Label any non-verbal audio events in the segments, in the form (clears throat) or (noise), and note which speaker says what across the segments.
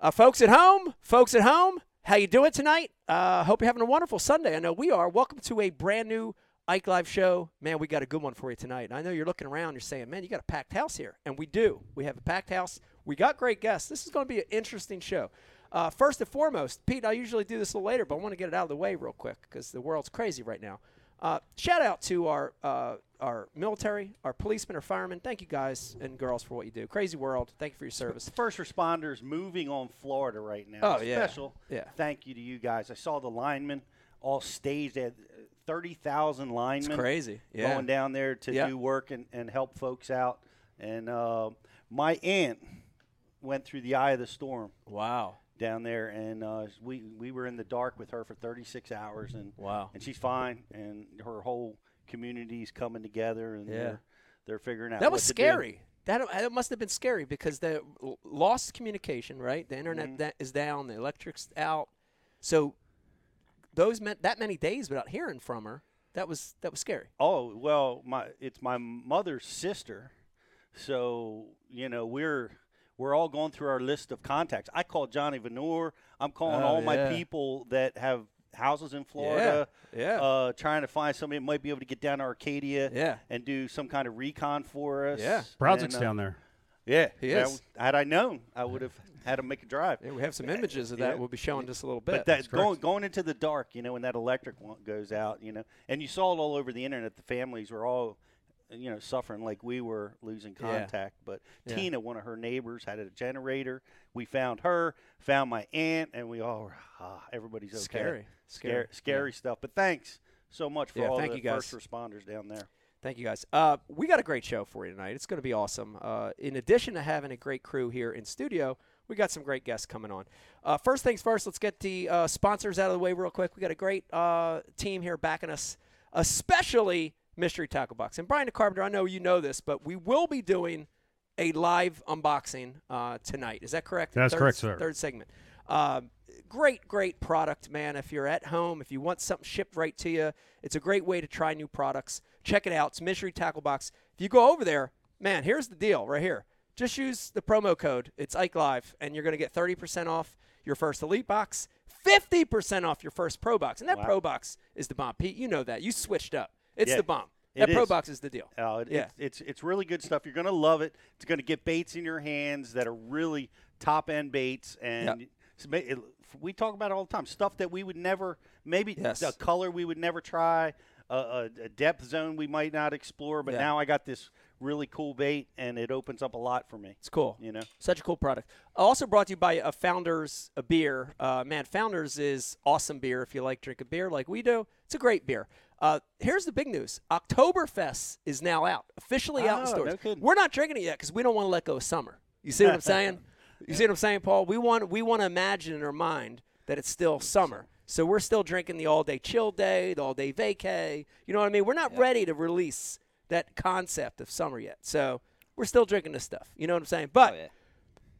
Speaker 1: Uh, folks at home, folks at home, how you doing tonight? Uh, hope you're having a wonderful Sunday. I know we are. Welcome to a brand new Ike Live show. Man, we got a good one for you tonight. And I know you're looking around, you're saying, man, you got a packed house here. And we do. We have a packed house. We got great guests. This is going to be an interesting show. Uh, first and foremost, Pete, I usually do this a little later, but I want to get it out of the way real quick because the world's crazy right now. Uh, shout out to our uh, our military, our policemen, our firemen. Thank you guys and girls for what you do. Crazy world. Thank you for your service.
Speaker 2: first responders moving on Florida right now.
Speaker 1: Oh,
Speaker 2: It's
Speaker 1: yeah.
Speaker 2: Special.
Speaker 1: Yeah.
Speaker 2: Thank you to you guys. I saw the linemen all staged at 30,000 linemen.
Speaker 1: crazy. Yeah.
Speaker 2: Going down there to
Speaker 1: Yeah.
Speaker 2: do work and, and help folks out. And uh, my aunt went through the eye of the storm
Speaker 1: Wow.
Speaker 2: down there and uh, we we were in the dark with her for 36 hours and
Speaker 1: Wow.
Speaker 2: and she's fine and her whole community's coming together and
Speaker 1: Yeah.
Speaker 2: they're, they're figuring out
Speaker 1: That
Speaker 2: what
Speaker 1: was
Speaker 2: to do.
Speaker 1: scary. That, uh, that must have been scary because the l- lost communication, right? The internet that is down, the electric's out. So those meant that many days without hearing from her. That was that was scary.
Speaker 2: Oh well, my it's my mother's sister, so you know we're we're all going through our list of contacts. I called Johnny Veneur. I'm calling
Speaker 1: Oh,
Speaker 2: all my
Speaker 1: yeah.
Speaker 2: people that have houses in Florida.
Speaker 1: yeah.
Speaker 2: Uh, trying to find somebody that might be able to get down to Arcadia.
Speaker 1: Yeah.
Speaker 2: And do some kind of recon for us.
Speaker 1: Yeah.
Speaker 3: Broderick's
Speaker 2: And, uh,
Speaker 3: down there.
Speaker 2: Yeah.
Speaker 1: He
Speaker 2: that
Speaker 1: is.
Speaker 2: w- Had I known, I would have had to make a drive.
Speaker 1: Yeah, we have some images of that.
Speaker 2: Yeah.
Speaker 1: We'll be showing just a little bit.
Speaker 2: But that going going into the dark, you know, when that electric one goes out, you know, and you saw it all over the internet. The families were all, you know, suffering like we were losing
Speaker 1: Yeah.
Speaker 2: contact. But
Speaker 1: Yeah.
Speaker 2: Tina, one of her neighbors, had a generator. We found her, found my aunt, and we all were, ah, everybody's okay.
Speaker 1: Scary. Scary.
Speaker 2: scary, scary stuff. But thanks so much for
Speaker 1: Yeah,
Speaker 2: all
Speaker 1: thank
Speaker 2: the
Speaker 1: you guys.
Speaker 2: first responders down there.
Speaker 1: Thank you guys. Uh, we got a great show for you tonight. It's going to be awesome. Uh, in addition to having a great crew here in studio, we got some great guests coming on. Uh, first things first, let's get the uh, sponsors out of the way real quick. We got a great uh, team here backing us, especially Mystery Tackle Box. And Brian DeCarpenter, I know you know this, but we will be doing a live unboxing uh, tonight. Is that correct?
Speaker 3: That's
Speaker 1: Third-
Speaker 3: correct, sir.
Speaker 1: Third segment. Um, great, great product, man. If you're at home, if you want something shipped right to you, it's a great way to try new products. Check it out. It's Mystery Tackle Box. If you go over there, man, here's the deal right here. Just use the promo code. It's Ike Live, and you're going to get 30% off your first Elite Box, 50% off your first Pro Box. And that Pro Box is the bomb. Pete, you know that. You switched up. It's
Speaker 2: Yeah,
Speaker 1: the bomb.
Speaker 2: it
Speaker 1: That Pro
Speaker 2: is.
Speaker 1: Box is the deal.
Speaker 2: Uh, it-
Speaker 1: Yeah.
Speaker 2: it's, it's it's really good stuff. You're gonna love it. It's gonna get baits in your hands that are really top end baits, and it's ma- it- we talk about it all the time. Stuff that we would never, maybe
Speaker 1: Yes.
Speaker 2: a color we would never try, a, a, a depth zone we might not explore. But
Speaker 1: Yeah.
Speaker 2: now I got this really cool bait, and it opens up a lot for me.
Speaker 1: It's cool.
Speaker 2: You know?
Speaker 1: such a cool product. Also brought to you by uh, Founders a beer. Uh, man, Founders is awesome beer. If you like drinking beer like we do, it's a great beer. Uh, here's the big news: Oktoberfest is now out, officially out in
Speaker 2: Oh,
Speaker 1: stores.
Speaker 2: no kidding.
Speaker 1: We're not drinking it yet because we don't want to let go of summer.
Speaker 2: (laughs)
Speaker 1: You see what I'm saying? You see what I'm saying, Paul? We want we want to imagine in our mind that it's still summer. So we're still drinking the all day chill day, the all day vacay. You know what I mean? We're not ready to release that concept of summer yet. So we're still drinking this stuff. You know what I'm saying?
Speaker 2: Oh,
Speaker 1: But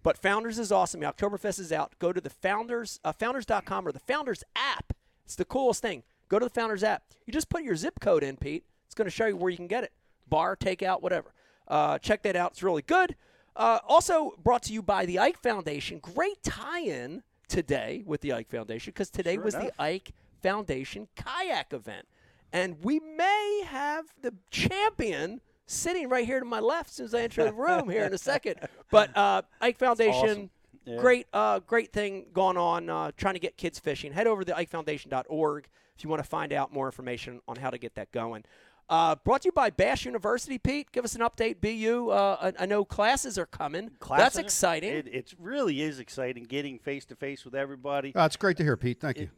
Speaker 1: but Founders is awesome. The Oktoberfest is out. Go to the Founders, uh, founders.com or the Founders app. It's the coolest thing. Go to the Founders app. You just put your zip code in, Pete. It's going to show you where you can get it bar, takeout, whatever. Uh, check that out. It's really good. Uh, also brought to you by the Ike Foundation. Great tie in today with the Ike Foundation because today was the Ike Foundation kayak event. And we may have the champion sitting right here to my left as soon as I enter the room here in a second. But uh, Ike Foundation, Great, uh, great thing going on uh, trying to get kids fishing. Head over to ikefoundation.org if you want to find out more information on how to get that going. Uh, brought to you by Bash University, Pete. Give us an update, BU. Uh, I, I know classes are coming. That's
Speaker 2: Classes-
Speaker 1: exciting.
Speaker 2: It, it really is exciting getting face to face with everybody.
Speaker 4: That's Oh, great to hear, Pete. Thank you.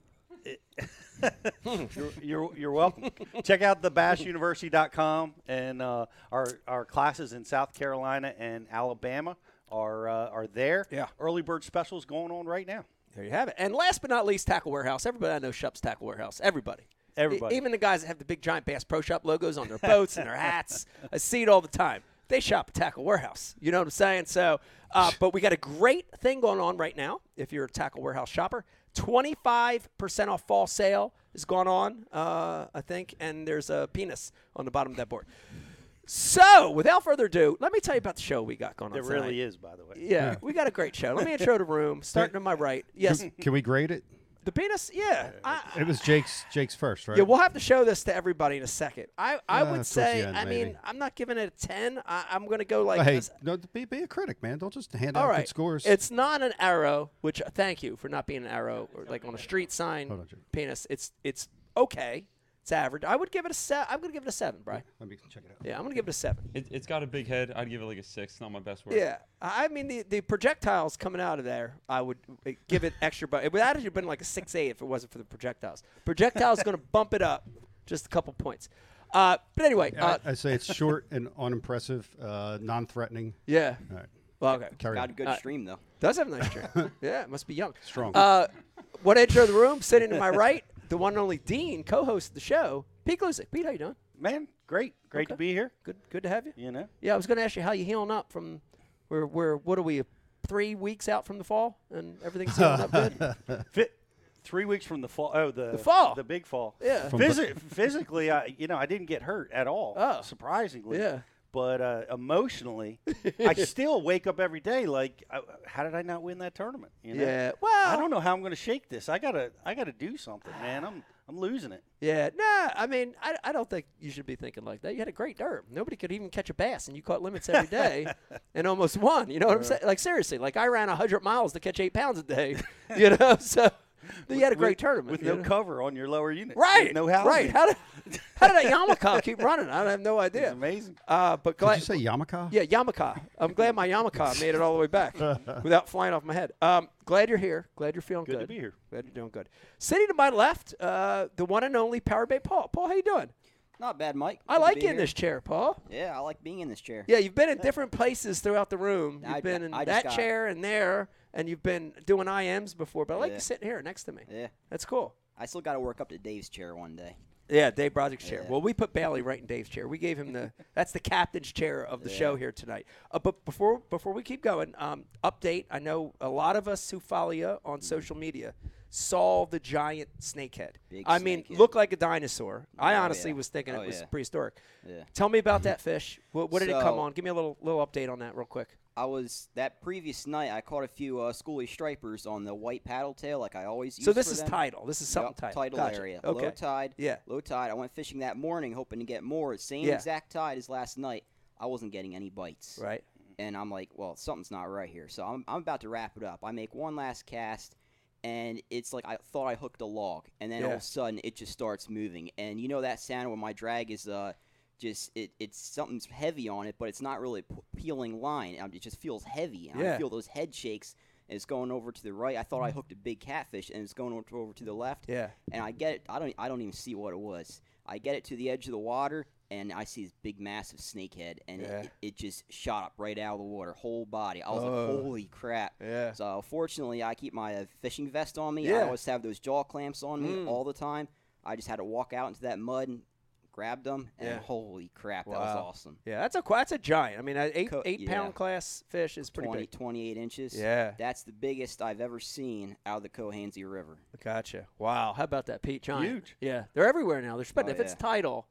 Speaker 2: You're, you're, you're
Speaker 1: (laughs)
Speaker 2: welcome. Check out thebashuniversity.com and uh, our our classes in South Carolina and Alabama are uh, are there.
Speaker 1: Yeah.
Speaker 2: Early bird specials going on right now.
Speaker 1: There you have it. And last but not least, Tackle Warehouse. Everybody I know shops Tackle Warehouse. Everybody.
Speaker 2: Everybody.
Speaker 1: E- even the guys that have the big giant Bass Pro Shop logos on their boats and
Speaker 2: (laughs)
Speaker 1: their hats. I see it all the time. They shop at Tackle Warehouse. You know what I'm saying? So, uh, but we got a great thing going on right now. If you're a Tackle Warehouse shopper, 25% off fall sale is going on, uh, I think, and there's a penis on the bottom of that board. So, without further ado, let me tell you about the show we got going on.
Speaker 2: There
Speaker 1: tonight.
Speaker 2: really is, by the way.
Speaker 1: Yeah, we got a great show. Let me intro
Speaker 2: (laughs)
Speaker 1: the room, starting to my right. Yes,
Speaker 4: Can we grade it?
Speaker 1: the penis, yeah. I,
Speaker 4: It was Jake's Jake's first, right?
Speaker 1: yeah, we'll have to show this to everybody in a second. I, I
Speaker 4: Uh,
Speaker 1: would
Speaker 4: towards
Speaker 1: say,
Speaker 4: the end,
Speaker 1: I mean,
Speaker 4: maybe.
Speaker 1: I'm not giving it a 10. I, I'm going to go like,
Speaker 4: hey,
Speaker 1: this.
Speaker 4: no, be, be a critic, man. Don't just hand
Speaker 1: all
Speaker 4: out
Speaker 1: right.
Speaker 4: good scores.
Speaker 1: It's not an arrow, which uh, thank you for not being an arrow or like on a street sign
Speaker 4: Hold on, Jake.
Speaker 1: penis. It's it's okay. It's average. I would give it a se- I'm going to give it a 7, Brian.
Speaker 4: Let me check it out.
Speaker 1: Yeah, I'm going to give it a 7.
Speaker 3: It, it's got a big head. I'd give it like a six. Not my best work.
Speaker 1: Yeah, I mean the, the projectiles coming out of there, I would uh, give it extra. But it would actually been like a six eight if it wasn't for the projectiles. Projectiles going to (laughs) bump it up just a couple points. Uh, but anyway, uh,
Speaker 4: I, I say it's short and unimpressive, uh, non-threatening.
Speaker 1: yeah.
Speaker 4: All right.
Speaker 1: Well, okay.
Speaker 4: Carry
Speaker 5: Got a
Speaker 4: on.
Speaker 5: good
Speaker 1: Uh,
Speaker 5: stream though.
Speaker 1: Does have a nice
Speaker 4: (laughs)
Speaker 1: chin. yeah, it must be young.
Speaker 4: Strong.
Speaker 1: Uh, one intro of the room, sitting to my right, the one and only Dean, co-host of the show, Pete Glusick. Pete, how you doing?
Speaker 2: Man, great. Great to
Speaker 1: Okay.
Speaker 2: be here.
Speaker 1: Good, good to have you.
Speaker 2: You know?
Speaker 1: Yeah, I was going to ask you how you healing up from. We're, we're what are we three weeks out from the fall and everything's healing up
Speaker 4: (laughs)
Speaker 1: good.
Speaker 2: Fit three weeks from the fall. Oh, the, the
Speaker 1: fall.
Speaker 2: the big fall.
Speaker 1: Yeah. From
Speaker 2: Physi- physically, I you know I didn't get hurt at all.
Speaker 1: Oh.
Speaker 2: surprisingly.
Speaker 1: Yeah.
Speaker 2: But uh,
Speaker 1: (laughs)
Speaker 2: emotionally, I still wake up every day like, I, how did I not win that tournament? You know?
Speaker 1: Yeah, well-
Speaker 2: I don't know how I'm going to shake this. I gotta, I gotta do something, man. I'm, I'm losing it.
Speaker 1: Yeah, nah. I mean, I, I don't think you should be thinking like that. You had a great derb. Nobody could even catch a bass, and you caught limits
Speaker 2: (laughs)
Speaker 1: every day, and almost won. You know what I'm saying? Like seriously, like I ran hundred miles to catch eight pounds a day. (laughs) You know, so you had a great
Speaker 2: With-
Speaker 1: tournament
Speaker 2: with
Speaker 1: you
Speaker 2: no
Speaker 1: know?
Speaker 2: cover on your lower unit.
Speaker 1: Right.
Speaker 2: With no housing.
Speaker 1: Right. How did how did that Yamaka keep running? I have no idea.
Speaker 2: It's amazing.
Speaker 1: Uh, but glad,
Speaker 4: Did you say Yamaka?
Speaker 1: yeah, Yamaka. I'm glad my Yamaka made it all the
Speaker 2: (laughs)
Speaker 1: way back without flying off my head. Um, glad you're here. Glad you're feeling good.
Speaker 2: Good to be here.
Speaker 1: Glad you're doing good. Sitting to my left, uh, the one and only Power Bay Paul. Paul, how you doing?
Speaker 5: Not bad, Mike.
Speaker 1: I
Speaker 5: Good to
Speaker 1: like
Speaker 5: be
Speaker 1: you in
Speaker 5: here.
Speaker 1: this chair, Paul.
Speaker 5: Yeah, I like being in this chair.
Speaker 1: Yeah, you've been in different places throughout the room. You've
Speaker 5: I-
Speaker 1: been in
Speaker 5: I just
Speaker 1: that
Speaker 5: got-
Speaker 1: chair and there, and you've been doing IMs before. But I like
Speaker 5: Yeah.
Speaker 1: you sitting here next to me.
Speaker 5: Yeah.
Speaker 1: that's cool.
Speaker 5: I still got to work up to Dave's chair one day.
Speaker 1: Yeah, Dave Broderick's chair.
Speaker 5: Yeah.
Speaker 1: Well, we put Bailey right in Dave's chair. We gave him the that's the captain's chair of the show here tonight. Uh, but before before we keep going, um, update. I know a lot of us who follow you on
Speaker 5: Mm-hmm.
Speaker 1: social media saw the giant snakehead.
Speaker 5: Big
Speaker 1: I mean,
Speaker 5: snakehead.
Speaker 1: looked like a dinosaur. I honestly
Speaker 5: yeah.
Speaker 1: was thinking
Speaker 5: Oh,
Speaker 1: it was
Speaker 5: yeah.
Speaker 1: prehistoric.
Speaker 5: Yeah.
Speaker 1: Tell
Speaker 5: (laughs)
Speaker 1: me about that fish. What, what did it come
Speaker 5: So-
Speaker 1: on? Give me a little little update on that real quick.
Speaker 5: I was that previous night. I caught a few uh, schoolie stripers on the white paddle tail, like I always use.
Speaker 1: So this
Speaker 5: for
Speaker 1: is
Speaker 5: them.
Speaker 1: tidal. This is something
Speaker 5: Yup,
Speaker 1: tidal. Gotcha.
Speaker 5: area.
Speaker 1: Okay.
Speaker 5: Low tide.
Speaker 1: Yeah.
Speaker 5: Low tide. I went fishing that morning, hoping to get more. Same
Speaker 1: Yeah.
Speaker 5: exact tide as last night. I wasn't getting any bites.
Speaker 1: Right.
Speaker 5: and I'm like, well, something's not right here. So I'm, I'm about to wrap it up. I make one last cast, and it's like I thought I hooked a log, and then all
Speaker 1: Yeah.
Speaker 5: of a sudden it just starts moving. And you know that sound when my drag is uh, just it, it's something's heavy on it, but it's not really p- peeling line. Um, It just feels heavy, and
Speaker 1: Yeah. Mm.
Speaker 5: I feel those head shakes. And it's going over to the right. I thought I hooked a big catfish, and it's going over to, over to the left.
Speaker 1: Yeah.
Speaker 5: And I get it. I don't. I don't even see what it was. I get it to the edge of the water, and I see this big, massive snakehead, and it-
Speaker 1: Yeah.
Speaker 5: it, it just shot up right out of the water, whole body. I was like, holy crap.
Speaker 1: Yeah.
Speaker 5: So fortunately, I keep my uh, fishing vest on me.
Speaker 1: Yeah. Mm.
Speaker 5: I always have those jaw clamps on me all the time. I just had to walk out into that mud and grabbed them, and
Speaker 1: Yeah.
Speaker 5: holy crap, that was
Speaker 1: Wow.
Speaker 5: awesome.
Speaker 1: Yeah, that's a qu- that's a giant. I mean, an eight
Speaker 5: Co-
Speaker 1: eight
Speaker 5: yeah.
Speaker 1: pound class fish is pretty
Speaker 5: 20,
Speaker 1: big.
Speaker 5: 28 inches.
Speaker 1: Yeah.
Speaker 5: That's the biggest I've ever seen out of the Cohansey River.
Speaker 1: Gotcha. Wow. How about that, Pete? Giant.
Speaker 2: Huge.
Speaker 1: Yeah, they're everywhere now. They're spreading.
Speaker 5: Oh,
Speaker 1: if it's
Speaker 5: yeah.
Speaker 1: tidal,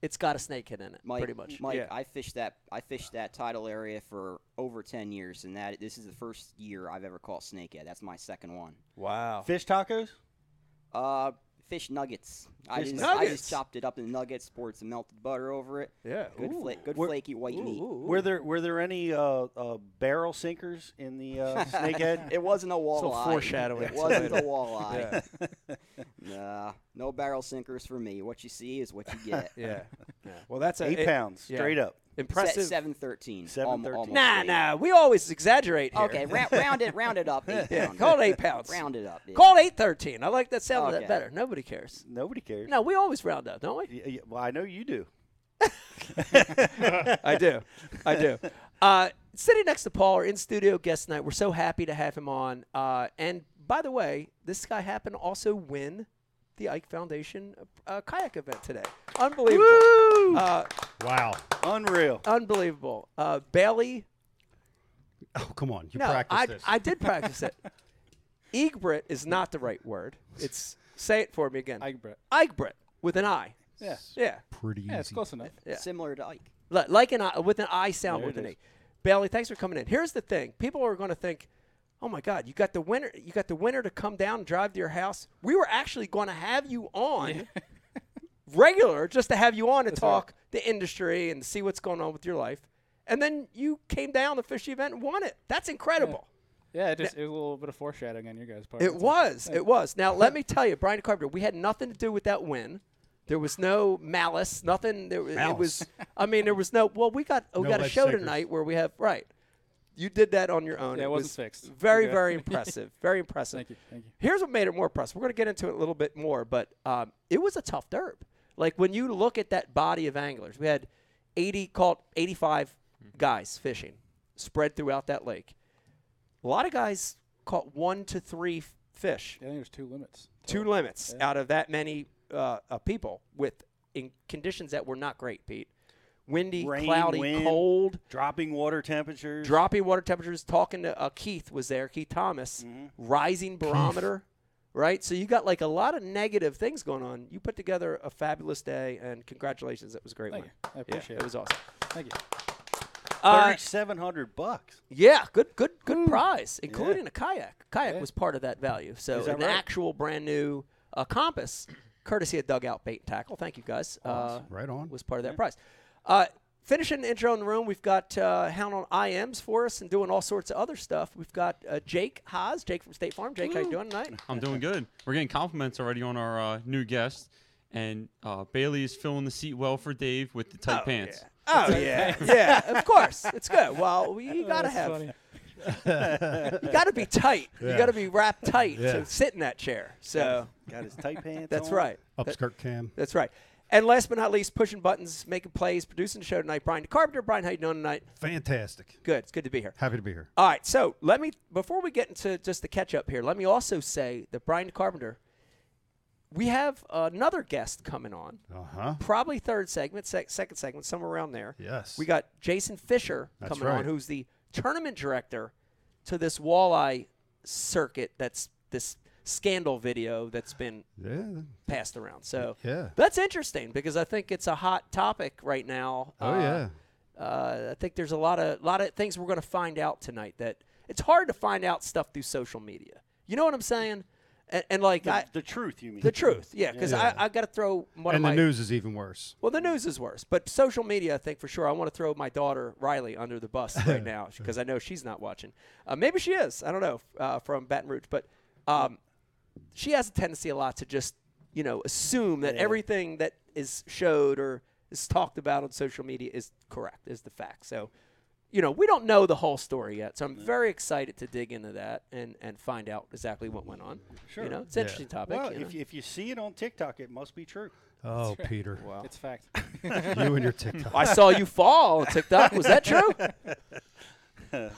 Speaker 1: it's got a snakehead in it,
Speaker 5: Mike,
Speaker 1: pretty much.
Speaker 5: Mike,
Speaker 1: yeah.
Speaker 5: I fished that. I fished that tidal area for over ten years, and that this is the first year I've ever caught snakehead. That's my second one.
Speaker 1: wow.
Speaker 2: Fish tacos.
Speaker 5: Uh, fish nuggets. I,
Speaker 1: Fish
Speaker 5: just, I
Speaker 1: nuggets.
Speaker 5: just chopped it up in nuggets, poured some melted butter over it.
Speaker 1: Yeah,
Speaker 5: Good,
Speaker 1: ooh.
Speaker 5: fla- good
Speaker 2: We're-
Speaker 5: flaky white meat.
Speaker 1: (laughs)
Speaker 2: Were there were there any uh, uh, barrel sinkers in the
Speaker 1: (laughs)
Speaker 2: uh, snakehead?
Speaker 5: It wasn't a walleye.
Speaker 1: little foreshadowing
Speaker 5: It
Speaker 1: to
Speaker 5: wasn't a
Speaker 1: it.
Speaker 5: walleye. Nah, no barrel sinkers for me. What you see is what
Speaker 1: (laughs)
Speaker 5: you get.
Speaker 1: Yeah. Well, that's a,
Speaker 2: Eight
Speaker 1: it-
Speaker 2: pounds
Speaker 1: yeah.
Speaker 2: straight up.
Speaker 1: Impressive.
Speaker 5: Seven thirteen.
Speaker 2: 713.
Speaker 1: Nah, nah. We always exaggerate here. (laughs)
Speaker 5: Okay, round, round it, round it up. Eight
Speaker 1: Yeah,
Speaker 5: pound.
Speaker 1: call it eight pounds.
Speaker 5: Round it up. yeah.
Speaker 1: Call it eight thirteen. I like that sound of that
Speaker 5: Okay.
Speaker 1: better. Nobody cares.
Speaker 2: Nobody cares.
Speaker 1: No, we always round up, don't we?
Speaker 2: Y- y- well, I know you do.
Speaker 1: I do. I do. Uh, sitting next to Paul, our in studio guest tonight. We're so happy to have him on. Uh, and by the way, this guy happened to also win the Ike Foundation uh, kayak event today. Unbelievable. Uh,
Speaker 4: Wow.
Speaker 2: Unreal.
Speaker 1: unbelievable. Uh, Bailey
Speaker 4: Oh, come on. You
Speaker 1: No,
Speaker 4: practice
Speaker 1: I,
Speaker 4: this.
Speaker 1: I did
Speaker 4: (laughs)
Speaker 1: practice it. Egbert is not the right word. It's say it for me again.
Speaker 6: Egbert.
Speaker 1: Egbert with an I.
Speaker 6: Yeah.
Speaker 1: Yeah.
Speaker 4: Pretty
Speaker 6: Yeah, it's
Speaker 4: easy.
Speaker 6: close enough.
Speaker 1: Yeah.
Speaker 5: Similar to Ike.
Speaker 1: Li- Like an I with an I sound
Speaker 6: There
Speaker 1: with
Speaker 6: it
Speaker 1: an
Speaker 6: is.
Speaker 1: E. Bailey, thanks for coming in. Here's the thing. People are gonna think, Oh my God, you got the winner you got the winner to come down and drive to your house. We were actually gonna have you on regular just to have you on to talk the industry and see what's going on with your life. And then you came down the fishy event and won it. That's incredible.
Speaker 6: Yeah, it just it was a little bit of foreshadowing on your guys' part.
Speaker 1: It
Speaker 6: That's all.
Speaker 1: was. It was. Now
Speaker 6: (laughs)
Speaker 1: let me tell you, Brian Carpenter, we had nothing to do with that win. There was no malice, nothing. There, wa- It was. I mean, there was no. Well, we got we
Speaker 4: No
Speaker 1: got a
Speaker 4: leg
Speaker 1: show
Speaker 4: shakers.
Speaker 1: tonight where we have right. You did that on your own.
Speaker 6: Yeah, it
Speaker 1: was
Speaker 6: wasn't fixed.
Speaker 1: Very,
Speaker 6: Okay. (laughs)
Speaker 1: very impressive. Very impressive.
Speaker 6: Thank you, thank you.
Speaker 1: Here's what made it more impressive. We're going to get into it a little bit more, but um, it was a tough derb. Like when you look at that body of anglers, we had 80 called 85
Speaker 6: Mm-hmm.
Speaker 1: guys fishing, spread throughout that lake. A lot of guys caught one to three f- fish
Speaker 6: I think there's two limits.
Speaker 1: two limits out of that many uh, uh, people with in conditions that were not great, Pete. Windy,
Speaker 2: Rain,
Speaker 1: cloudy,
Speaker 2: wind.
Speaker 1: cold,
Speaker 2: Dropping water temperatures.
Speaker 1: droppy water temperatures. Talking to uh, Keith was there, Keith Thomas,
Speaker 2: Mm-hmm.
Speaker 1: rising barometer, right? So you got like a lot of negative things going on. You put together a fabulous day, and congratulations, that was a great
Speaker 6: Thank
Speaker 1: one.
Speaker 6: you. I appreciate
Speaker 1: yeah, It
Speaker 6: it.
Speaker 1: was awesome.
Speaker 6: Thank you.
Speaker 1: Uh,
Speaker 2: Thirty-seven hundred bucks.
Speaker 1: yeah, good, good, good prize, including a kayak. Kayak
Speaker 6: Yeah.
Speaker 1: was part of that value. So
Speaker 2: that
Speaker 1: an
Speaker 2: right?
Speaker 1: actual brand new uh, compass, courtesy of dugout bait and tackle. Thank you guys. Uh,
Speaker 4: Right on.
Speaker 1: was part of that prize. Uh, finishing the intro in the room, we've got uh, Hound on IMs for us and doing all sorts of other stuff. We've got uh, Jake Haas, Jake from State Farm. Jake, how you doing tonight?
Speaker 3: I'm doing good. We're getting compliments already on our uh, new guest, and uh, Bailey is filling the seat well for Dave with the tight pants.
Speaker 1: Oh yeah, (laughs) yeah. Of course, it's good. Well, we- you gotta have,
Speaker 6: Funny.
Speaker 1: (laughs) you gotta be tight. You
Speaker 4: Yeah.
Speaker 1: gotta be wrapped tight
Speaker 4: Yeah.
Speaker 1: to sit in that chair. So
Speaker 2: Got his
Speaker 1: (laughs)
Speaker 2: tight pants.
Speaker 1: that's
Speaker 2: on.
Speaker 1: right.
Speaker 4: Upskirt cam.
Speaker 1: That's right. And last but not least, pushing buttons, making plays, producing the show tonight. Brian Carpenter. Brian, how you doing tonight?
Speaker 4: Fantastic.
Speaker 1: Good. It's good to be here.
Speaker 4: Happy to be here.
Speaker 1: All right, so let me before we get into just the catch up here, let me also say that Brian Carpenter, we have another guest coming on,
Speaker 4: Uh huh.
Speaker 1: probably third segment, sec- second segment, somewhere around there.
Speaker 4: Yes.
Speaker 1: we got Jason Fisher
Speaker 4: That's
Speaker 1: coming on,
Speaker 4: right.
Speaker 1: who's the tournament director to this walleye circuit. That's this scandal video that's been
Speaker 4: Yeah.
Speaker 1: passed around. So
Speaker 4: Yeah.
Speaker 1: that's interesting because I think it's a hot topic right now.
Speaker 4: Oh
Speaker 1: Uh,
Speaker 4: yeah.
Speaker 1: uh, I think there's a lot of lot of things we're going to find out tonight that it's hard to find out stuff through social media. You know what I'm saying? And, and like
Speaker 2: The,
Speaker 1: I,
Speaker 2: the truth, you mean?
Speaker 1: the truth, yeah, because
Speaker 4: Yeah.
Speaker 1: I, I got to throw one of
Speaker 4: And
Speaker 1: my
Speaker 4: the news is even worse.
Speaker 1: well, the news is worse, but social media, I think for sure. I want to throw my daughter Riley under the bus right now because I know she's not watching. Uh, maybe she is. I don't know uh, from Baton Rouge, but um, she has a tendency a lot to just you know assume that everything that is showed or is talked about on social media is correct, is the fact. So, you know, we don't know the whole story yet. So I'm very excited to dig into that and and find out exactly what went on. Sure, you know, it's an interesting topic.
Speaker 2: Well,
Speaker 1: you know?
Speaker 2: if, if you see it on TikTok, it must be
Speaker 1: (laughs)
Speaker 2: true.
Speaker 4: Oh, Peter.
Speaker 6: It's fact.
Speaker 4: You and your TikTok.
Speaker 1: I saw you fall on TikTok. Was that true?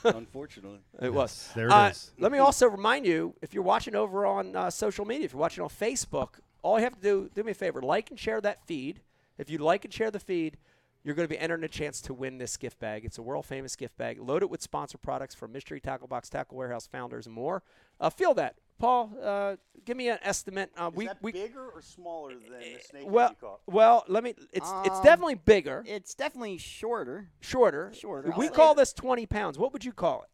Speaker 2: Unfortunately,
Speaker 1: It was.
Speaker 4: there it
Speaker 1: uh,
Speaker 4: is.
Speaker 1: Let me also remind you, if you're watching over on uh, social media, if you're watching on Facebook, all you have to do, do me a favor, like and share that feed. If you like and share the feed, you're going to be entering a chance to win this gift bag. It's a world famous gift bag loaded with sponsor products from Mystery Tackle Box, Tackle Warehouse, Founders, and more. Uh, feel that, Paul. Uh, give me an estimate. Uh, we we Eh,
Speaker 2: bigger or smaller than the snake
Speaker 1: well well let me. It's
Speaker 5: Um,
Speaker 1: it's definitely bigger,
Speaker 5: It's definitely shorter.
Speaker 1: shorter,
Speaker 5: shorter,
Speaker 1: We
Speaker 5: I'll
Speaker 1: call
Speaker 5: say.
Speaker 1: this 20 pounds. What would you call it?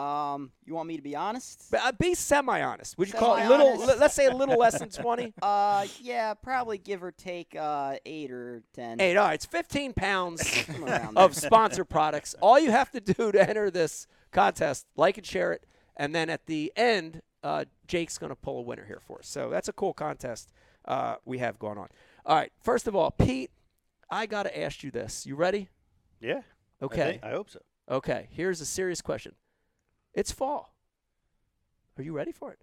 Speaker 5: Um, you want me to be honest?
Speaker 1: But uh, be semi-honest. Would you call it little?
Speaker 5: Semi-honest.
Speaker 1: li- Let's say a little less than twenty.
Speaker 5: (laughs) Uh, yeah, probably give or take uh eight or ten.
Speaker 1: Eight. All right, it's
Speaker 5: (laughs)
Speaker 1: fifteen pounds
Speaker 5: Somewhere
Speaker 1: (laughs)
Speaker 5: around
Speaker 1: of
Speaker 5: there.
Speaker 1: sponsor products. All you have to do to enter this contest, like and share it, and then at the end, uh, Jake's going to pull a winner here for us. So that's a cool contest uh, we have going on. All right, first of all, Pete, I got to ask you this. You ready?
Speaker 2: Yeah. I
Speaker 1: Okay.
Speaker 2: think- I hope so.
Speaker 1: Okay, here's a serious question. It's fall. Are you ready for it?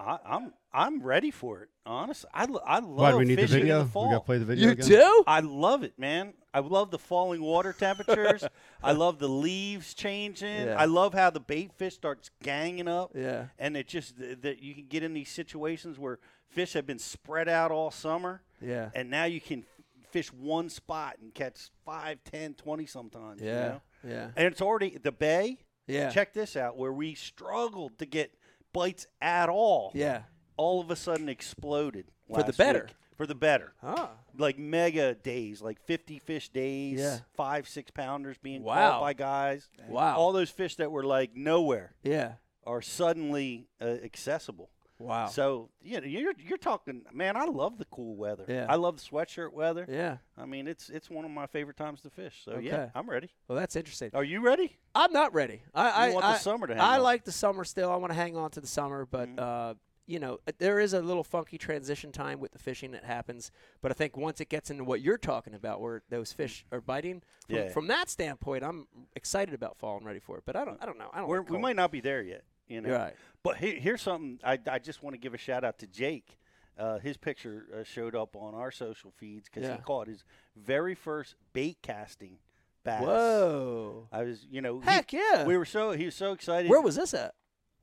Speaker 2: I, I'm I'm ready for it. Honestly, I, lo- I love
Speaker 4: Why do we need the
Speaker 2: fishing
Speaker 4: video?
Speaker 2: in the
Speaker 4: we
Speaker 2: fall.
Speaker 4: got to play the video.
Speaker 1: You
Speaker 4: again?
Speaker 1: do?
Speaker 2: I love it, man. I love the falling water
Speaker 1: (laughs)
Speaker 2: temperatures. I love the leaves changing.
Speaker 1: Yeah.
Speaker 2: I love how the bait fish starts ganging up.
Speaker 1: Yeah.
Speaker 2: And it just th- that you can get in these situations where fish have been spread out all summer.
Speaker 1: Yeah.
Speaker 2: And now you can fish one spot and catch five, ten, twenty sometimes. you
Speaker 1: Yeah.
Speaker 2: know?
Speaker 1: Yeah.
Speaker 2: And it's already the bay.
Speaker 1: Yeah.
Speaker 2: Check this out where we struggled to get bites at all.
Speaker 1: Yeah.
Speaker 2: All of a sudden exploded.
Speaker 1: the
Speaker 2: last
Speaker 1: better.
Speaker 2: week. For the better
Speaker 1: Ah.
Speaker 2: like mega days, like 50 fish days,
Speaker 1: Yeah.
Speaker 2: five, six pounders being
Speaker 1: Wow.
Speaker 2: caught by guys.
Speaker 1: Wow.
Speaker 2: All those fish that were like nowhere
Speaker 1: Yeah.
Speaker 2: are suddenly uh, accessible.
Speaker 1: Wow.
Speaker 2: So, you know, you're, you're talking, man, I love the cool weather.
Speaker 1: Yeah.
Speaker 2: I love the sweatshirt weather.
Speaker 1: yeah.
Speaker 2: I mean, it's it's one of my favorite times to fish. So, yeah,
Speaker 1: Okay.
Speaker 2: I'm ready.
Speaker 1: Well, that's interesting.
Speaker 2: Are you ready?
Speaker 1: I'm not ready. I,
Speaker 2: You
Speaker 1: I
Speaker 2: want the
Speaker 1: I-
Speaker 2: summer to hang
Speaker 1: I
Speaker 2: on. Mm-hmm.
Speaker 1: like the summer still. I want to hang on to the summer, but uh, you know, uh, there is a little funky transition time with the fishing that happens. But I think once it gets into what you're talking about, where those fish are biting, from,
Speaker 2: Mm. Yeah.
Speaker 1: from that standpoint, I'm excited about fall and ready for it. But I don't, I don't know. I don't.
Speaker 2: We're,
Speaker 1: like
Speaker 2: we
Speaker 1: cold.
Speaker 2: might not be there yet, you know.
Speaker 1: You're right.
Speaker 2: But he, here's something I, I just want to give a shout out to Jake. Uh, his picture uh, showed up on our social feeds because
Speaker 1: Yeah.
Speaker 2: he caught his very first bait casting bass.
Speaker 1: Whoa.
Speaker 2: I was, you know, he-
Speaker 1: Heck yeah.
Speaker 2: We were so he was so excited.
Speaker 1: Where was this at?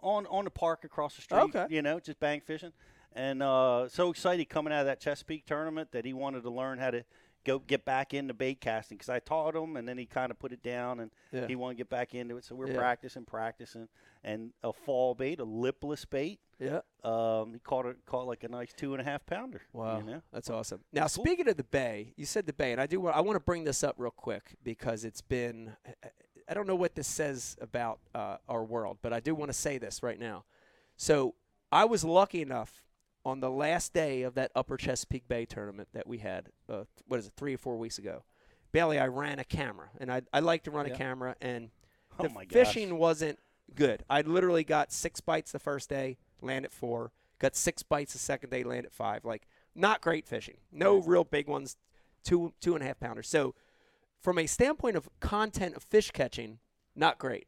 Speaker 2: on on the park across the street?
Speaker 1: Okay.
Speaker 2: you know, just bang fishing, and uh, so excited coming out of that Chesapeake tournament that he wanted to learn how to go get back into bait casting because I taught him, and then he kind of put it down, and
Speaker 1: Yeah.
Speaker 2: he wanted to get back into it. So we're
Speaker 1: Yeah.
Speaker 2: practicing, practicing, and a fall bait, a lipless bait.
Speaker 1: Yeah.
Speaker 2: Um, he caught it, caught like a nice two and a half pounder.
Speaker 1: Wow,
Speaker 2: you know?
Speaker 1: that's awesome. Now, speaking of the Bay, you said the Bay, and I do want I want to bring this up real quick because it's been I- I don't know what this says about uh, our world, but I do want to say this right now. So I was lucky enough on the last day of that Upper Chesapeake Bay tournament that we had. Uh, th- what is it, three or four weeks ago? Bailey, I ran a camera, and I I like to run a camera, and
Speaker 2: Oh
Speaker 1: the
Speaker 2: my gosh.
Speaker 1: fishing wasn't good. I literally got six bites the first day, landed four. Got six bites the second day, landed five. Like not great fishing. No real big ones, two two and a half pounders. So from a standpoint of content of fish catching, not great.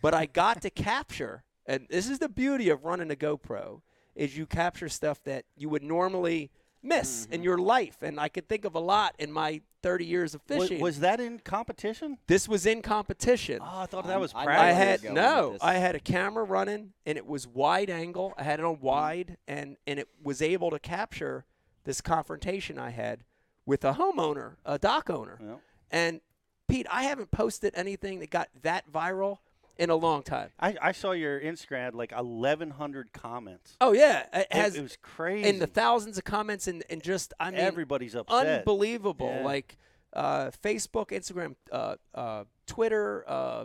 Speaker 1: But I got to capture, and this is the beauty of running a GoPro, is you capture stuff that you would normally miss in your life. And I could think of a lot in my 30 years of
Speaker 2: Was,
Speaker 1: fishing.
Speaker 2: was that in competition?
Speaker 1: this was in competition.
Speaker 2: Oh, I thought that was
Speaker 5: I know
Speaker 2: practice.
Speaker 1: Uh, I
Speaker 5: where you're
Speaker 1: had
Speaker 5: going
Speaker 1: no.
Speaker 5: with this.
Speaker 1: I had a camera running, and it was wide angle. I had it on wide, and and it was able to capture this confrontation I had with a homeowner, a dock owner.
Speaker 2: Yep.
Speaker 1: And Pete, I haven't posted anything that got that viral in a long time.
Speaker 2: I, I saw your Instagram had like 1,100 comments.
Speaker 1: Oh yeah, it has
Speaker 2: it, was crazy.
Speaker 1: in the thousands of comments, and and just I mean
Speaker 2: Everybody's upset.
Speaker 1: unbelievable.
Speaker 2: Yeah.
Speaker 1: Like uh, Facebook, Instagram, uh, uh, Twitter, uh, uh,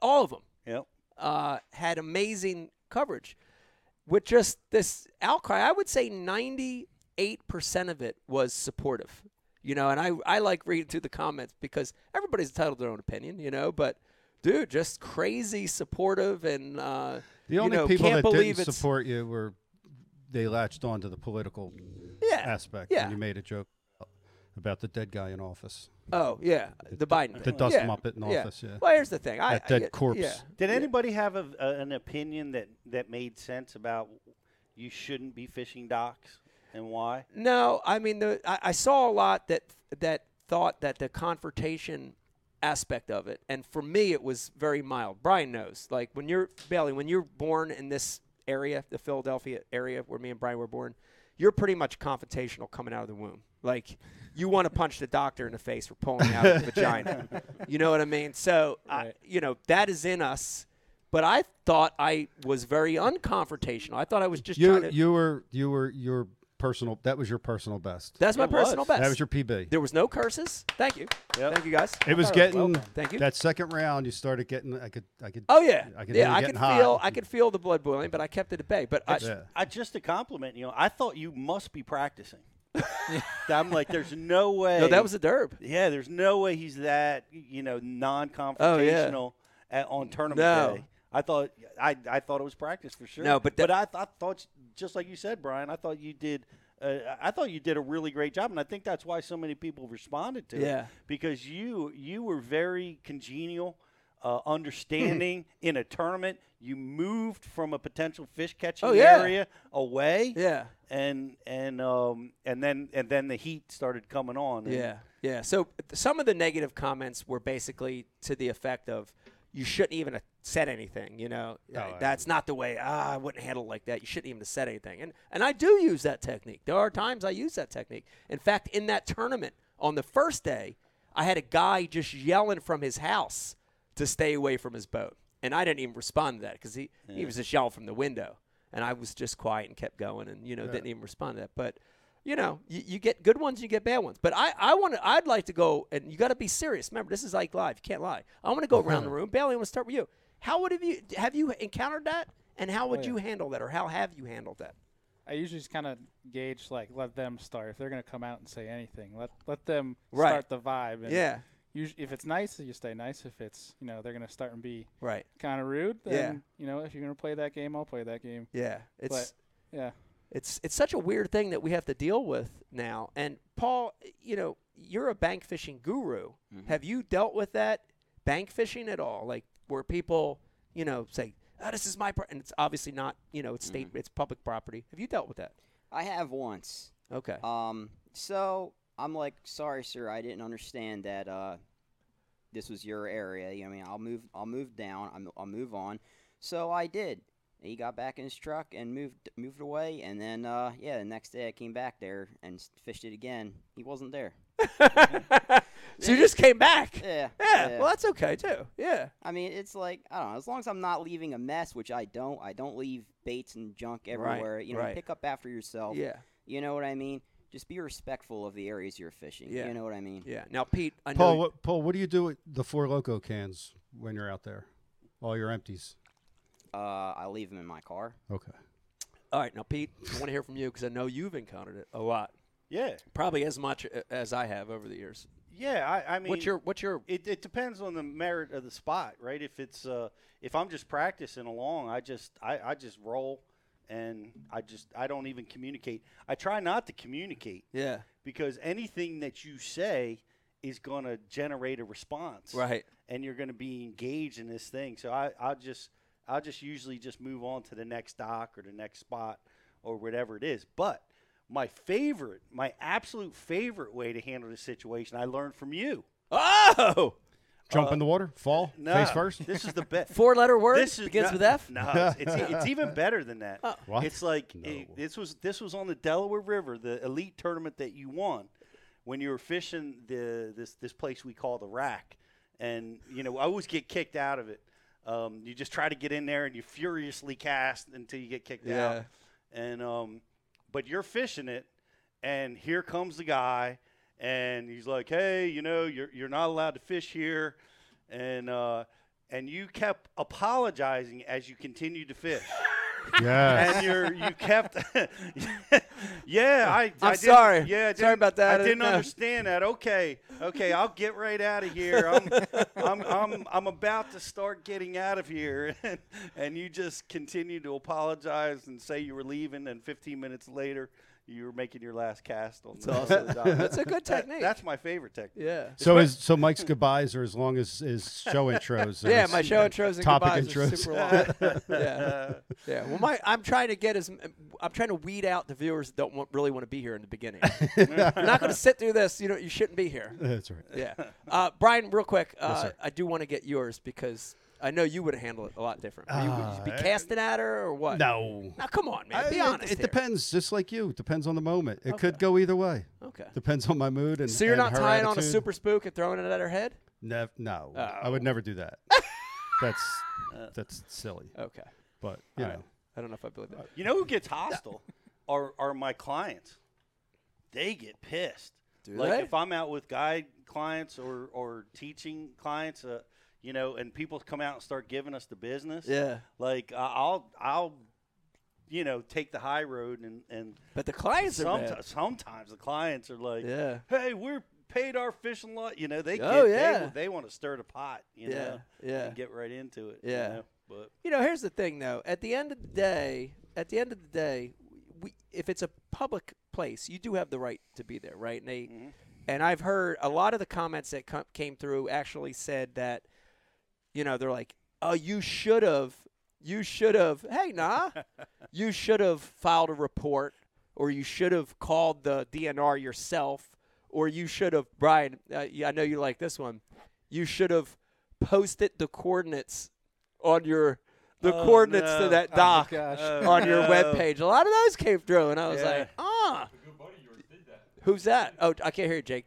Speaker 1: all of them.
Speaker 2: Yep.
Speaker 1: uh, had amazing coverage with just this outcry. I would say 98% of it was supportive, you know, and I, I like reading through the comments because everybody's entitled to their own opinion, you know, but dude, just crazy supportive and, uh,
Speaker 4: The only
Speaker 1: you know,
Speaker 4: people
Speaker 1: can't
Speaker 4: that
Speaker 1: believe
Speaker 4: didn't
Speaker 1: it's,
Speaker 4: support you were they latched on to the political
Speaker 1: yeah,
Speaker 4: aspect.
Speaker 1: Yeah.
Speaker 4: And you made a joke about the dead guy in office,
Speaker 1: Oh yeah. The Biden,
Speaker 4: the
Speaker 1: thing.
Speaker 4: dust
Speaker 1: yeah.
Speaker 4: muppet in
Speaker 1: yeah.
Speaker 4: office. Yeah.
Speaker 1: Well, here's the thing. I,
Speaker 4: That dead
Speaker 1: I-
Speaker 4: corpse.
Speaker 1: Yeah.
Speaker 2: Did anybody have a, a, an opinion that, that made sense about you shouldn't be fishing docks and why?
Speaker 1: No, I mean the I, I saw a lot that that thought that the confrontation aspect of it, and for me it was very mild. Brian knows, like when you're Bailey, when you're born in this area, the Philadelphia area where me and Brian were born, you're pretty much confrontational coming out of the womb. Like you want to punch the doctor in the face for pulling out of the vagina. You know what I mean? So I,
Speaker 6: Right.
Speaker 1: you know that is in us. But I thought I was very unconfrontational. I thought I was just trying
Speaker 4: You
Speaker 1: to.
Speaker 4: you were you were you were personal. That was your personal best.
Speaker 1: That's my
Speaker 2: It was.
Speaker 1: personal best.
Speaker 4: That was your PB.
Speaker 1: there was no curses. Thank you.
Speaker 2: Yep.
Speaker 1: Thank you guys.
Speaker 4: It was getting
Speaker 1: Thank you.
Speaker 4: that second round. You started getting. I could. I could.
Speaker 1: Oh yeah,
Speaker 4: I could hear
Speaker 1: yeah.
Speaker 4: you
Speaker 1: I
Speaker 4: getting
Speaker 1: could
Speaker 4: hot.
Speaker 1: feel, I could feel the blood boiling, but I kept it at bay. But I,
Speaker 4: Yeah.
Speaker 2: I just a compliment, you know. I thought you must be (laughs) practicing. I'm like, there's no way.
Speaker 1: no, that was a derb.
Speaker 2: yeah. There's no way he's that you know non-confrontational at, on tournament
Speaker 1: Oh, No.
Speaker 2: day. I thought I, I thought it was practice for sure.
Speaker 1: No, but that-
Speaker 2: but I, I thought just like you said, Brian. I thought you did. Uh, I thought you did a really great job, and I think that's why so many people responded to it
Speaker 1: Yeah.
Speaker 2: because you you were very congenial, uh, understanding
Speaker 1: (clears throat)
Speaker 2: in a tournament. You moved from a potential fish catching
Speaker 1: Oh, yeah.
Speaker 2: area away,
Speaker 1: Yeah.
Speaker 2: and and um and then and then the heat started coming on. and-
Speaker 1: Yeah, yeah. So th- some of the negative comments were basically to the effect of, "You shouldn't even have said anything." You know, Uh, that's not the way. Ah, I wouldn't handle it like that. You shouldn't even have said anything. And and I do use that technique. There are times I use that technique. In fact, in that tournament on the first day, I had a guy just yelling from his house to stay away from his boat, and I didn't even respond to that because he he was just yelling from the window, and I was just quiet and kept going, and you know didn't even respond to that, but you know, you, you get good ones, you get bad ones. But I, I want to, I'd like to go, and you got to be serious. Remember, this is like live. You can't lie. I want to go around the room. Bailey, I want to start with you. How would have you, have you encountered that? And how would
Speaker 6: yeah.
Speaker 1: you handle that? Or how have you handled that?
Speaker 6: I usually just kind of gauge like let them start. If they're gonna come out and say anything, let let them
Speaker 1: Right.
Speaker 6: start the vibe. And
Speaker 1: Yeah.
Speaker 6: usu- if it's nice, you stay nice. If it's you know they're gonna start and be
Speaker 1: Right.
Speaker 6: kind of rude,
Speaker 1: Yeah.
Speaker 6: then you know if you're gonna play that game, I'll play that game.
Speaker 1: Yeah. It's,
Speaker 6: But yeah,
Speaker 1: it's it's such a weird thing that we have to deal with now. And Paul, you know, you're a bank fishing guru. Have you dealt with that bank fishing at all? Like where people, you know, say, "Oh, this is my," pro-, and it's obviously not. You know, it's state, it's public property. Have you dealt with that?
Speaker 5: I have once.
Speaker 1: Okay.
Speaker 5: Um, so I'm like, sorry, sir, I didn't understand that uh, this was your area. You know, what I mean, I'll move, I'll move down, I'm, I'll move on. So I did. He got back in his truck and moved moved away, and then uh, yeah, the next day I came back there and s- fished it again. He wasn't there.
Speaker 1: (laughs) so you just came back.
Speaker 5: Yeah,
Speaker 1: (laughs) Yeah. Well, that's okay too. Yeah.
Speaker 5: I mean, it's like I don't know. As long as I'm not leaving a mess, which I don't, I don't leave baits and junk everywhere. you know,
Speaker 1: right.
Speaker 5: pick up after yourself.
Speaker 1: Yeah.
Speaker 5: You know what I mean? Just be respectful of the areas you're fishing.
Speaker 1: Yeah.
Speaker 5: You know what I mean?
Speaker 1: Yeah. Now, Pete, I know.
Speaker 4: Paul, what, Paul, what do you do with the four loco cans when you're out there? All your empties.
Speaker 5: Uh, I leave them in my car.
Speaker 4: Okay.
Speaker 1: all right. Now, Pete, I want to hear from you because I know you've encountered it a lot,
Speaker 2: yeah,
Speaker 1: probably as much a- as I have over the years.
Speaker 2: yeah. I, I mean,
Speaker 1: what's your What's your
Speaker 2: It, it depends on the merit of the spot, right? If it's uh, if I'm just practicing along, I just I, I just roll, and I just I don't even communicate. I try not to communicate
Speaker 1: yeah.
Speaker 2: because anything that you say is going to generate a response,
Speaker 1: Right.
Speaker 2: And you're going to be engaged in this thing. So I I just I just usually just move on to the next dock or the next spot or whatever it is. But my favorite, my absolute favorite way to handle this situation, I learned from you.
Speaker 1: Oh,
Speaker 4: Jump in the water, fall,
Speaker 2: No,
Speaker 4: face
Speaker 1: (laughs)
Speaker 4: first.
Speaker 2: This is the best.
Speaker 1: four letter word
Speaker 2: This is
Speaker 1: begins
Speaker 2: no-
Speaker 1: with F. Uh,
Speaker 2: No, it's, it's, it's even better than that.
Speaker 4: What?
Speaker 2: It's like it- this was this was on the Delaware River, the elite tournament that you won when you were fishing the this this place we call the rack, and you know I always get kicked out of it. Um, you just try to get in there and you furiously cast until you get kicked out,
Speaker 1: Yeah.
Speaker 2: and um, but you're fishing it, and here comes the guy, and he's like, "Hey, you know, you're you're not allowed to fish here," and uh, and you kept apologizing as you continued to fish,
Speaker 1: (laughs)
Speaker 4: Yeah.
Speaker 2: and you're you kept, (laughs) yeah, I, I didn't-
Speaker 1: sorry.
Speaker 2: yeah, I
Speaker 1: Sorry
Speaker 2: didn't-
Speaker 1: about that.
Speaker 2: I
Speaker 1: I
Speaker 2: didn't
Speaker 1: didn't know.
Speaker 2: understand that. Okay, okay, I'll get right out of here. I'm I'm, I'm I'm about to start getting out of here, (laughs) and, and you just continue to apologize and say you were leaving, and 15 minutes later. You were making your last cast on the
Speaker 1: awesome.
Speaker 2: That's
Speaker 1: a good technique.
Speaker 2: that's my favorite technique.
Speaker 1: Yeah.
Speaker 4: so his, so Mike's goodbyes are as long as his show intros. and
Speaker 1: Yeah,
Speaker 4: his
Speaker 1: my show intros and
Speaker 4: topic
Speaker 1: goodbyes
Speaker 4: intros.
Speaker 1: are super long. yeah. Yeah. Well, my I'm trying to get as I'm trying to weed out the viewers that don't want, really want to be here in the beginning. You're not going to sit through this. You know, you shouldn't be here.
Speaker 4: (laughs) That's right.
Speaker 1: Yeah. Uh, Brian, real quick, uh, I do want to get yours because I know you would handle it a lot different. Would you, would you be casting at her or what?
Speaker 4: Uh, No.
Speaker 1: Now, come on, man.
Speaker 4: I-
Speaker 1: Be
Speaker 4: Uh, it-
Speaker 1: honest.
Speaker 4: It,
Speaker 1: here.
Speaker 4: depends, just like you. It depends on the moment. It could go either way.
Speaker 1: Okay.
Speaker 4: Depends on my mood and.
Speaker 1: So you're
Speaker 4: and
Speaker 1: not
Speaker 4: her
Speaker 1: tying on a
Speaker 4: attitude.
Speaker 1: super Oh. spook and throwing it at her head?
Speaker 4: Nev- no, I would never do
Speaker 1: (laughs)
Speaker 4: that. that's
Speaker 1: Uh.
Speaker 4: that's silly.
Speaker 1: Okay.
Speaker 4: But you know,
Speaker 1: I don't know if I believe that.
Speaker 2: You know who gets hostile? are are my clients. They get pissed.
Speaker 7: Do
Speaker 2: like
Speaker 1: they?
Speaker 2: if I'm out with guide clients or or teaching clients, uh, you know, and people come out and start giving us the business.
Speaker 1: Yeah.
Speaker 2: Like I- I'll I'll you know take the high road and and
Speaker 1: But the clients are
Speaker 2: someti-
Speaker 1: mad.
Speaker 2: sometimes the clients are like,
Speaker 1: Yeah.
Speaker 2: hey, we're paid our fishing lot. You know, they get,
Speaker 1: Oh,
Speaker 2: they-
Speaker 1: yeah.
Speaker 2: they, want to stir the pot. You
Speaker 1: Yeah,
Speaker 2: know,
Speaker 1: yeah.
Speaker 2: and get right into it.
Speaker 1: Yeah.
Speaker 2: you know? but
Speaker 1: You know, here's the thing, though. At the end of the day, at the end of the day, we, if it's a public place, you do have the right to be there, right? And they, and I've heard a lot of the comments that com- came through actually said that, you know, they're like, "Oh, you should have, you should have, hey, nah, you should have filed a report, or you should have called the DNR yourself, or you should have, Brian. Uh, yeah, I know you like this one. You should have posted the coordinates on your the
Speaker 2: Oh,
Speaker 1: coordinates to
Speaker 2: no.
Speaker 1: that
Speaker 6: Oh,
Speaker 1: dock
Speaker 6: gosh.
Speaker 2: Oh,
Speaker 1: (laughs) on your
Speaker 2: no.
Speaker 1: webpage. A lot of those came through, and I was
Speaker 2: Yeah.
Speaker 1: like, ah. Who's that? Oh, I can't hear you, Jake.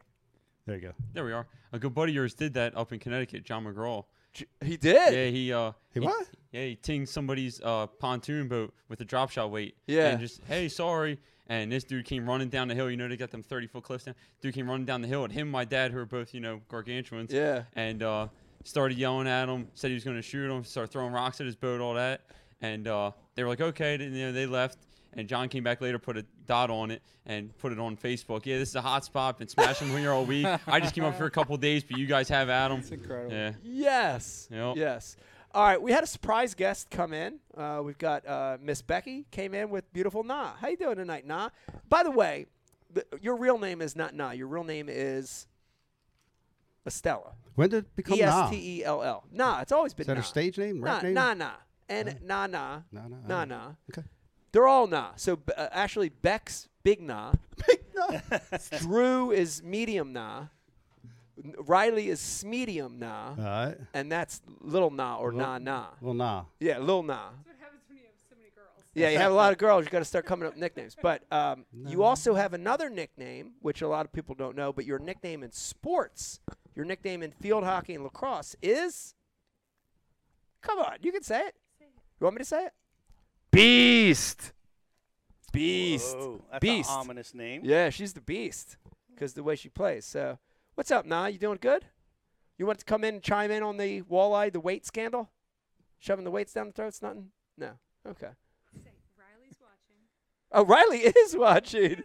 Speaker 4: There you go.
Speaker 3: There we are. A good buddy of yours did that up in Connecticut, John McGraw.
Speaker 1: J- He did.
Speaker 3: Yeah, he uh
Speaker 4: He what?
Speaker 3: Yeah, he tinged somebody's uh pontoon boat with a drop shot weight.
Speaker 1: Yeah.
Speaker 3: And just hey, sorry. And this dude came running down the hill. You know they got them thirty foot cliffs down. Dude came running down the hill, and him, and my dad, who are both you know gargantuans.
Speaker 1: Yeah.
Speaker 3: And uh, started yelling at him. Said he was going to shoot him. Started throwing rocks at his boat, all that. And uh, they were like, okay. Then you know, they left. And John came back later, put a dot on it, and put it on Facebook. Yeah, this is a hot spot. Been smashing them here all week. I just came up for a couple days, but you guys have at them. It's
Speaker 6: incredible.
Speaker 3: Yeah.
Speaker 1: Yes.
Speaker 3: Yep.
Speaker 1: Yes. All right, we had a surprise guest come in. Uh, we've got uh, Miss Becky came in with beautiful Nah. How you doing tonight, Nah? By the way, th- your real name is not Nah. Your real name is Estella.
Speaker 4: When did it become
Speaker 1: E S
Speaker 4: nah?
Speaker 1: T E L L. Nah, it's always been
Speaker 4: Is that
Speaker 1: nah.
Speaker 4: her stage name?
Speaker 1: Nah,
Speaker 4: Rap name?
Speaker 1: nah, nah. And nah, nah.
Speaker 4: Nah, nah,
Speaker 1: Nah,
Speaker 4: uh,
Speaker 1: nah.
Speaker 4: Okay.
Speaker 1: They're all nah. So b- uh, actually, Beck's big nah. Drew is medium nah. N- Riley is medium nah.
Speaker 4: All right.
Speaker 1: and that's Uh. little nah or nah nah.
Speaker 4: Well, nah. (laughs)
Speaker 1: Yeah, little nah.
Speaker 8: That's what happens when you have so many girls.
Speaker 1: Yeah, you have a lot of girls. You got to start
Speaker 8: (laughs)
Speaker 1: coming up with nicknames. But um, you also have another nickname, which a lot of people don't know. But your nickname in sports, your nickname in field hockey and lacrosse is. Come on, you can say it. You want me to say it? Beast. Beast.
Speaker 2: Whoa, oh, that's
Speaker 1: Beast.
Speaker 2: an ominous name.
Speaker 1: Yeah, she's the beast because the way she plays. So, what's up, Nah? You doing good? You want to come in and chime in on the walleye, the weight scandal? Shoving the weights down the throats? Nothing? No. Okay.
Speaker 8: Say, Riley's watching.
Speaker 1: Oh, Riley (laughs) is watching.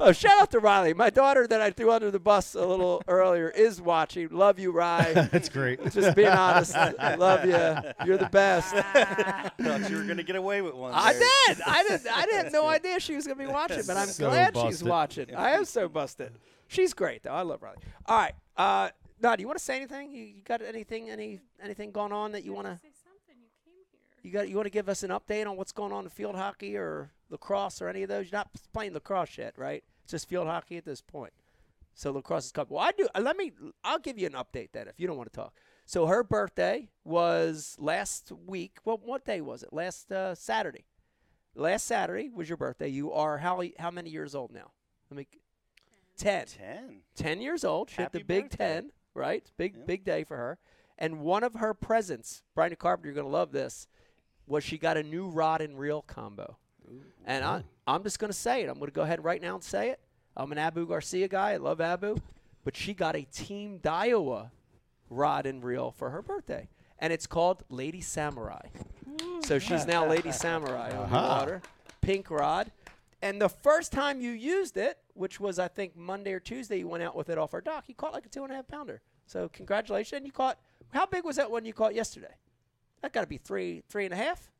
Speaker 1: oh, shout out to Riley. My daughter that I threw under the bus a little earlier is watching. Love you,
Speaker 4: (laughs)
Speaker 1: Ry. (laughs)
Speaker 4: That's great.
Speaker 1: Just being honest. Love you. You're the best. (laughs)
Speaker 2: Thought you were gonna get away with one.
Speaker 1: I
Speaker 2: there.
Speaker 1: did. I did. I didn't have no idea she was going to be watching, but I'm
Speaker 4: So
Speaker 1: glad she's
Speaker 4: busted.
Speaker 1: watching. I am so busted. She's great though. I love Riley. All right. Uh, Nah, do you want to say anything? You, you got anything? Any anything going on that you want to?
Speaker 8: Say something. You came here.
Speaker 1: You got? You want to give us an update on what's going on in field hockey or lacrosse or any of those? You're not playing lacrosse yet, right? It's just field hockey at this point. So lacrosse is coming. Well, I do. uh, Let me. I'll give you an update then if you don't want to talk. So her birthday was last week. Well, what day was it? Last uh, Saturday. Last Saturday was your birthday. You are how how many years old now? Let me. Ten.
Speaker 2: Ten.
Speaker 1: Ten years old. She hit the
Speaker 2: Happy
Speaker 1: Big
Speaker 2: birthday.
Speaker 1: Ten, right? It's Big big day for her. And one of her presents, Brian Carpenter, you're gonna love this, was she got a new rod and reel combo. and I, I'm just gonna say it. I'm gonna go ahead right now and say it. I'm an Abu Garcia guy. I love Abu, but she got a Team Daiwa rod and reel for her birthday, and it's called Lady Samurai. So she's now Lady Samurai on the water, pink rod. And the first time you used it, which was I think Monday or Tuesday, you went out with it off our dock. You caught like a two and a half pounder. So congratulations! You caught. How big was that one you caught yesterday? That got to be three, three and a half.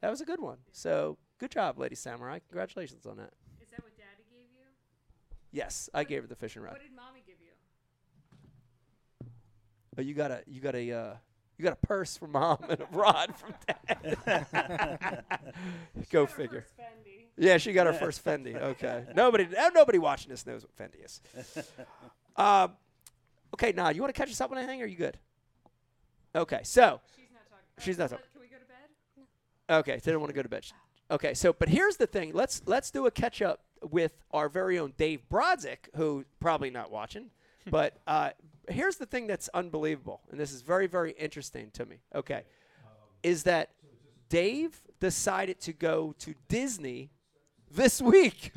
Speaker 1: That was a good one. So good job, Lady Samurai. Congratulations on that.
Speaker 8: Is that what Daddy gave you?
Speaker 1: Yes, I gave her the fishing rod.
Speaker 8: What did Mommy give you?
Speaker 1: Oh, you got a you got a uh, you got a purse from mom and a rod from dad. (laughs) Go figure.
Speaker 8: First Fendi.
Speaker 1: Yeah, she got her first
Speaker 8: (laughs)
Speaker 1: Fendi. Okay, nobody uh, nobody watching this knows what Fendi is. Um, okay, now you want to catch us up on anything? Or are you good? Okay, so
Speaker 8: She's not talking.
Speaker 1: She's
Speaker 8: Alright,
Speaker 1: not
Speaker 8: let- Can we go to bed?
Speaker 1: Okay, they don't want to go to bed. Okay, so but here's the thing. Let's let's do a catch up with our very own Dave Brodzik, who probably not watching. but uh, here's the thing that's unbelievable, and this is very very interesting to me. Okay, is that Dave decided to go to Disney this week.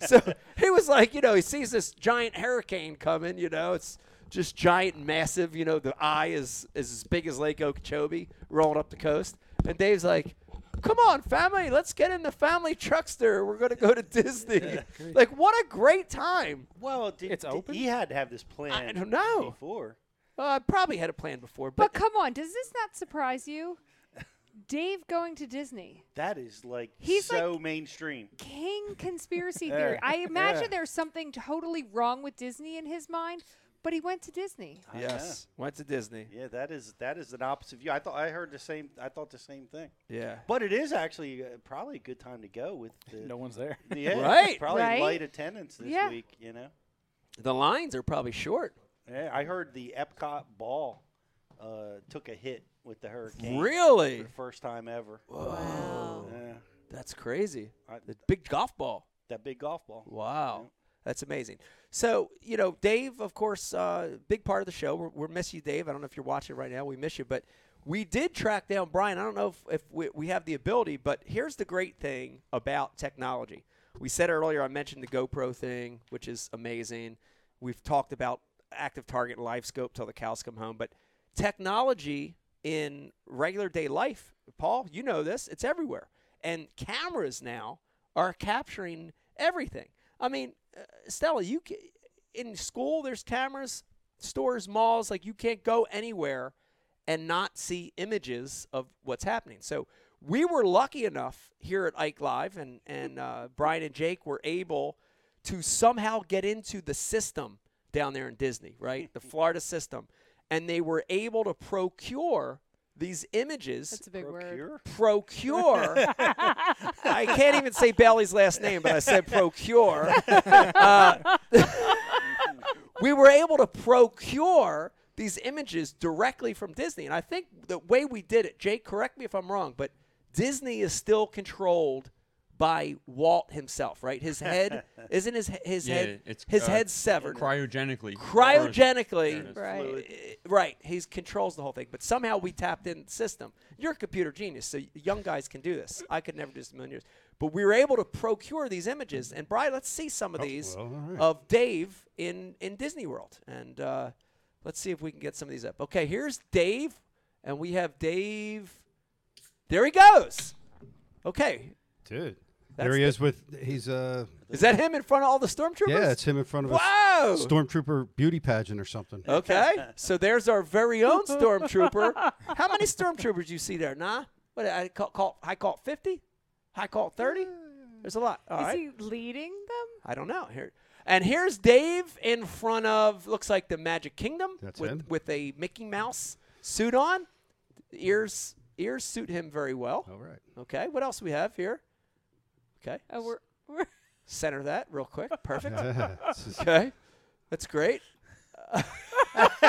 Speaker 1: so he was like, you know, he sees this giant hurricane coming. You know, it's just giant, massive. You know, the eye is, is as big as Lake Okeechobee rolling up the coast. And Dave's like, come on, family, let's get in the family truckster. We're going to go to Disney. like, what a great time.
Speaker 2: Well, did,
Speaker 6: It's
Speaker 2: did-
Speaker 6: open?
Speaker 2: He had to have this plan.
Speaker 1: don't know.
Speaker 2: Before.
Speaker 1: Uh, I probably had a plan before,
Speaker 8: But
Speaker 1: but,
Speaker 8: come on, does this not surprise you? Dave going to Disney.
Speaker 2: That is like
Speaker 8: He's
Speaker 2: so mainstream.
Speaker 8: King
Speaker 1: (laughs)
Speaker 8: conspiracy theory. I imagine there's something totally wrong with Disney in his mind, but he went to Disney.
Speaker 2: I
Speaker 1: yes, went to Disney.
Speaker 2: know. Yeah, that is that is an opposite view. I thought I heard the same. I thought the same thing.
Speaker 1: Yeah.
Speaker 2: But it is actually uh, probably a good time to go with the
Speaker 6: No one's there.
Speaker 2: (laughs) yeah,
Speaker 1: Right.
Speaker 2: Probably
Speaker 8: Right?
Speaker 2: light attendance this
Speaker 8: Yeah.
Speaker 2: week. You know.
Speaker 1: The lines are probably short.
Speaker 2: Yeah, I heard the Epcot ball uh, took a hit with the hurricane.
Speaker 1: Really?
Speaker 2: For the first time ever.
Speaker 1: Wow.
Speaker 2: Yeah,
Speaker 1: That's crazy.
Speaker 2: I-
Speaker 1: The big golf ball.
Speaker 2: that big golf ball.
Speaker 1: Wow. That's amazing. So, you know, Dave, of course, uh, big part of the show. We're, we're miss you, Dave. I don't know if you're watching right now. We miss you. But we did track down Brian. I don't know if, if we, we have the ability, but here's the great thing about technology. We said earlier, I mentioned the GoPro thing, which is amazing. We've talked about active target and live scope till the cows come home. But technology in regular day life, Paul, you know this, it's everywhere. And cameras now are capturing everything. I mean, uh, Stella, you ca in school there's cameras, stores, malls, like you can't go anywhere and not see images of what's happening. So we were lucky enough here at Ike Live, and and uh, Brian and Jake were able to somehow get into the system down there in Disney, right? the Florida system, and they were able to procure these images
Speaker 8: That's a big word.
Speaker 2: Procure?
Speaker 1: procure. I can't even say Bally's last name, but I said procure. Uh, (laughs) we were able to procure these images directly from Disney. And I think the way we did it, Jake, correct me if I'm wrong, but Disney is still controlled by Walt himself, right? His head isn't his his head his
Speaker 3: uh,
Speaker 1: head's severed
Speaker 3: Cryogenically. There it
Speaker 1: cryogenically
Speaker 3: is.
Speaker 8: Right.
Speaker 1: uh, right he controls the whole thing but somehow we tapped in the system you're a computer genius so y- young guys can do this i could never do this in a million years but we were able to procure these images and brian let's see some of these
Speaker 4: Oh, well, all right.
Speaker 1: of dave in, in disney world and uh, let's see if we can get some of these up okay here's dave and we have dave there he goes okay
Speaker 4: Dude.
Speaker 1: That's
Speaker 4: there he is with he's uh
Speaker 1: is that him in front of all the stormtroopers
Speaker 4: yeah, it's him in front of a
Speaker 1: wow
Speaker 4: s- stormtrooper beauty pageant or something.
Speaker 1: Okay,
Speaker 8: (laughs)
Speaker 1: so there's our very own stormtrooper. How many stormtroopers you see there? Nah, what I call, call I call fifty, I call thirty. There's a lot. All
Speaker 8: Hmm. Is
Speaker 1: right,
Speaker 8: he leading them?
Speaker 1: I don't know here. And here's Dave in front of looks like the Magic Kingdom
Speaker 4: That's
Speaker 1: with
Speaker 4: him.
Speaker 1: with a Mickey Mouse suit on. Ears ears suit him very well.
Speaker 4: All (laughs) right.
Speaker 1: Okay, what else we have here? Okay,
Speaker 8: Oh, we're, we're
Speaker 1: center that real quick.
Speaker 4: (laughs)
Speaker 1: Perfect.
Speaker 4: This
Speaker 1: (laughs)
Speaker 4: is-
Speaker 1: Okay, that's great. (laughs)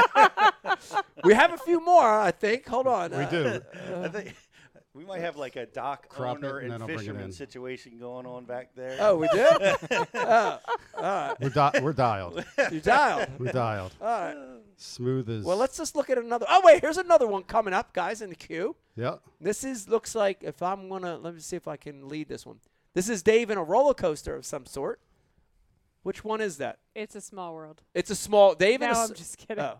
Speaker 1: we have a few more, I think. Hold on.
Speaker 4: we
Speaker 1: uh,
Speaker 4: do.
Speaker 2: I think (laughs) we might have like a dock
Speaker 4: Crop it
Speaker 2: owner
Speaker 4: and then
Speaker 2: and
Speaker 4: I'll bring it in.
Speaker 2: fisherman situation going on back there.
Speaker 1: Oh, we do.
Speaker 4: We're, di- we're dialed.
Speaker 1: you dialed. (laughs)
Speaker 4: We're dialed.
Speaker 1: All right.
Speaker 4: Smooth as.
Speaker 1: Well, let's just look at another. Oh wait, here's another one coming up, guys, in the queue.
Speaker 4: Yeah.
Speaker 1: This is looks like if I'm gonna let me see if I can lead this one. This is Dave in a roller coaster of some sort. Which one is that?
Speaker 8: it's a small world.
Speaker 1: It's a small Dave.
Speaker 8: No,
Speaker 1: in a
Speaker 8: I'm
Speaker 1: s-
Speaker 8: just kidding.
Speaker 1: Oh,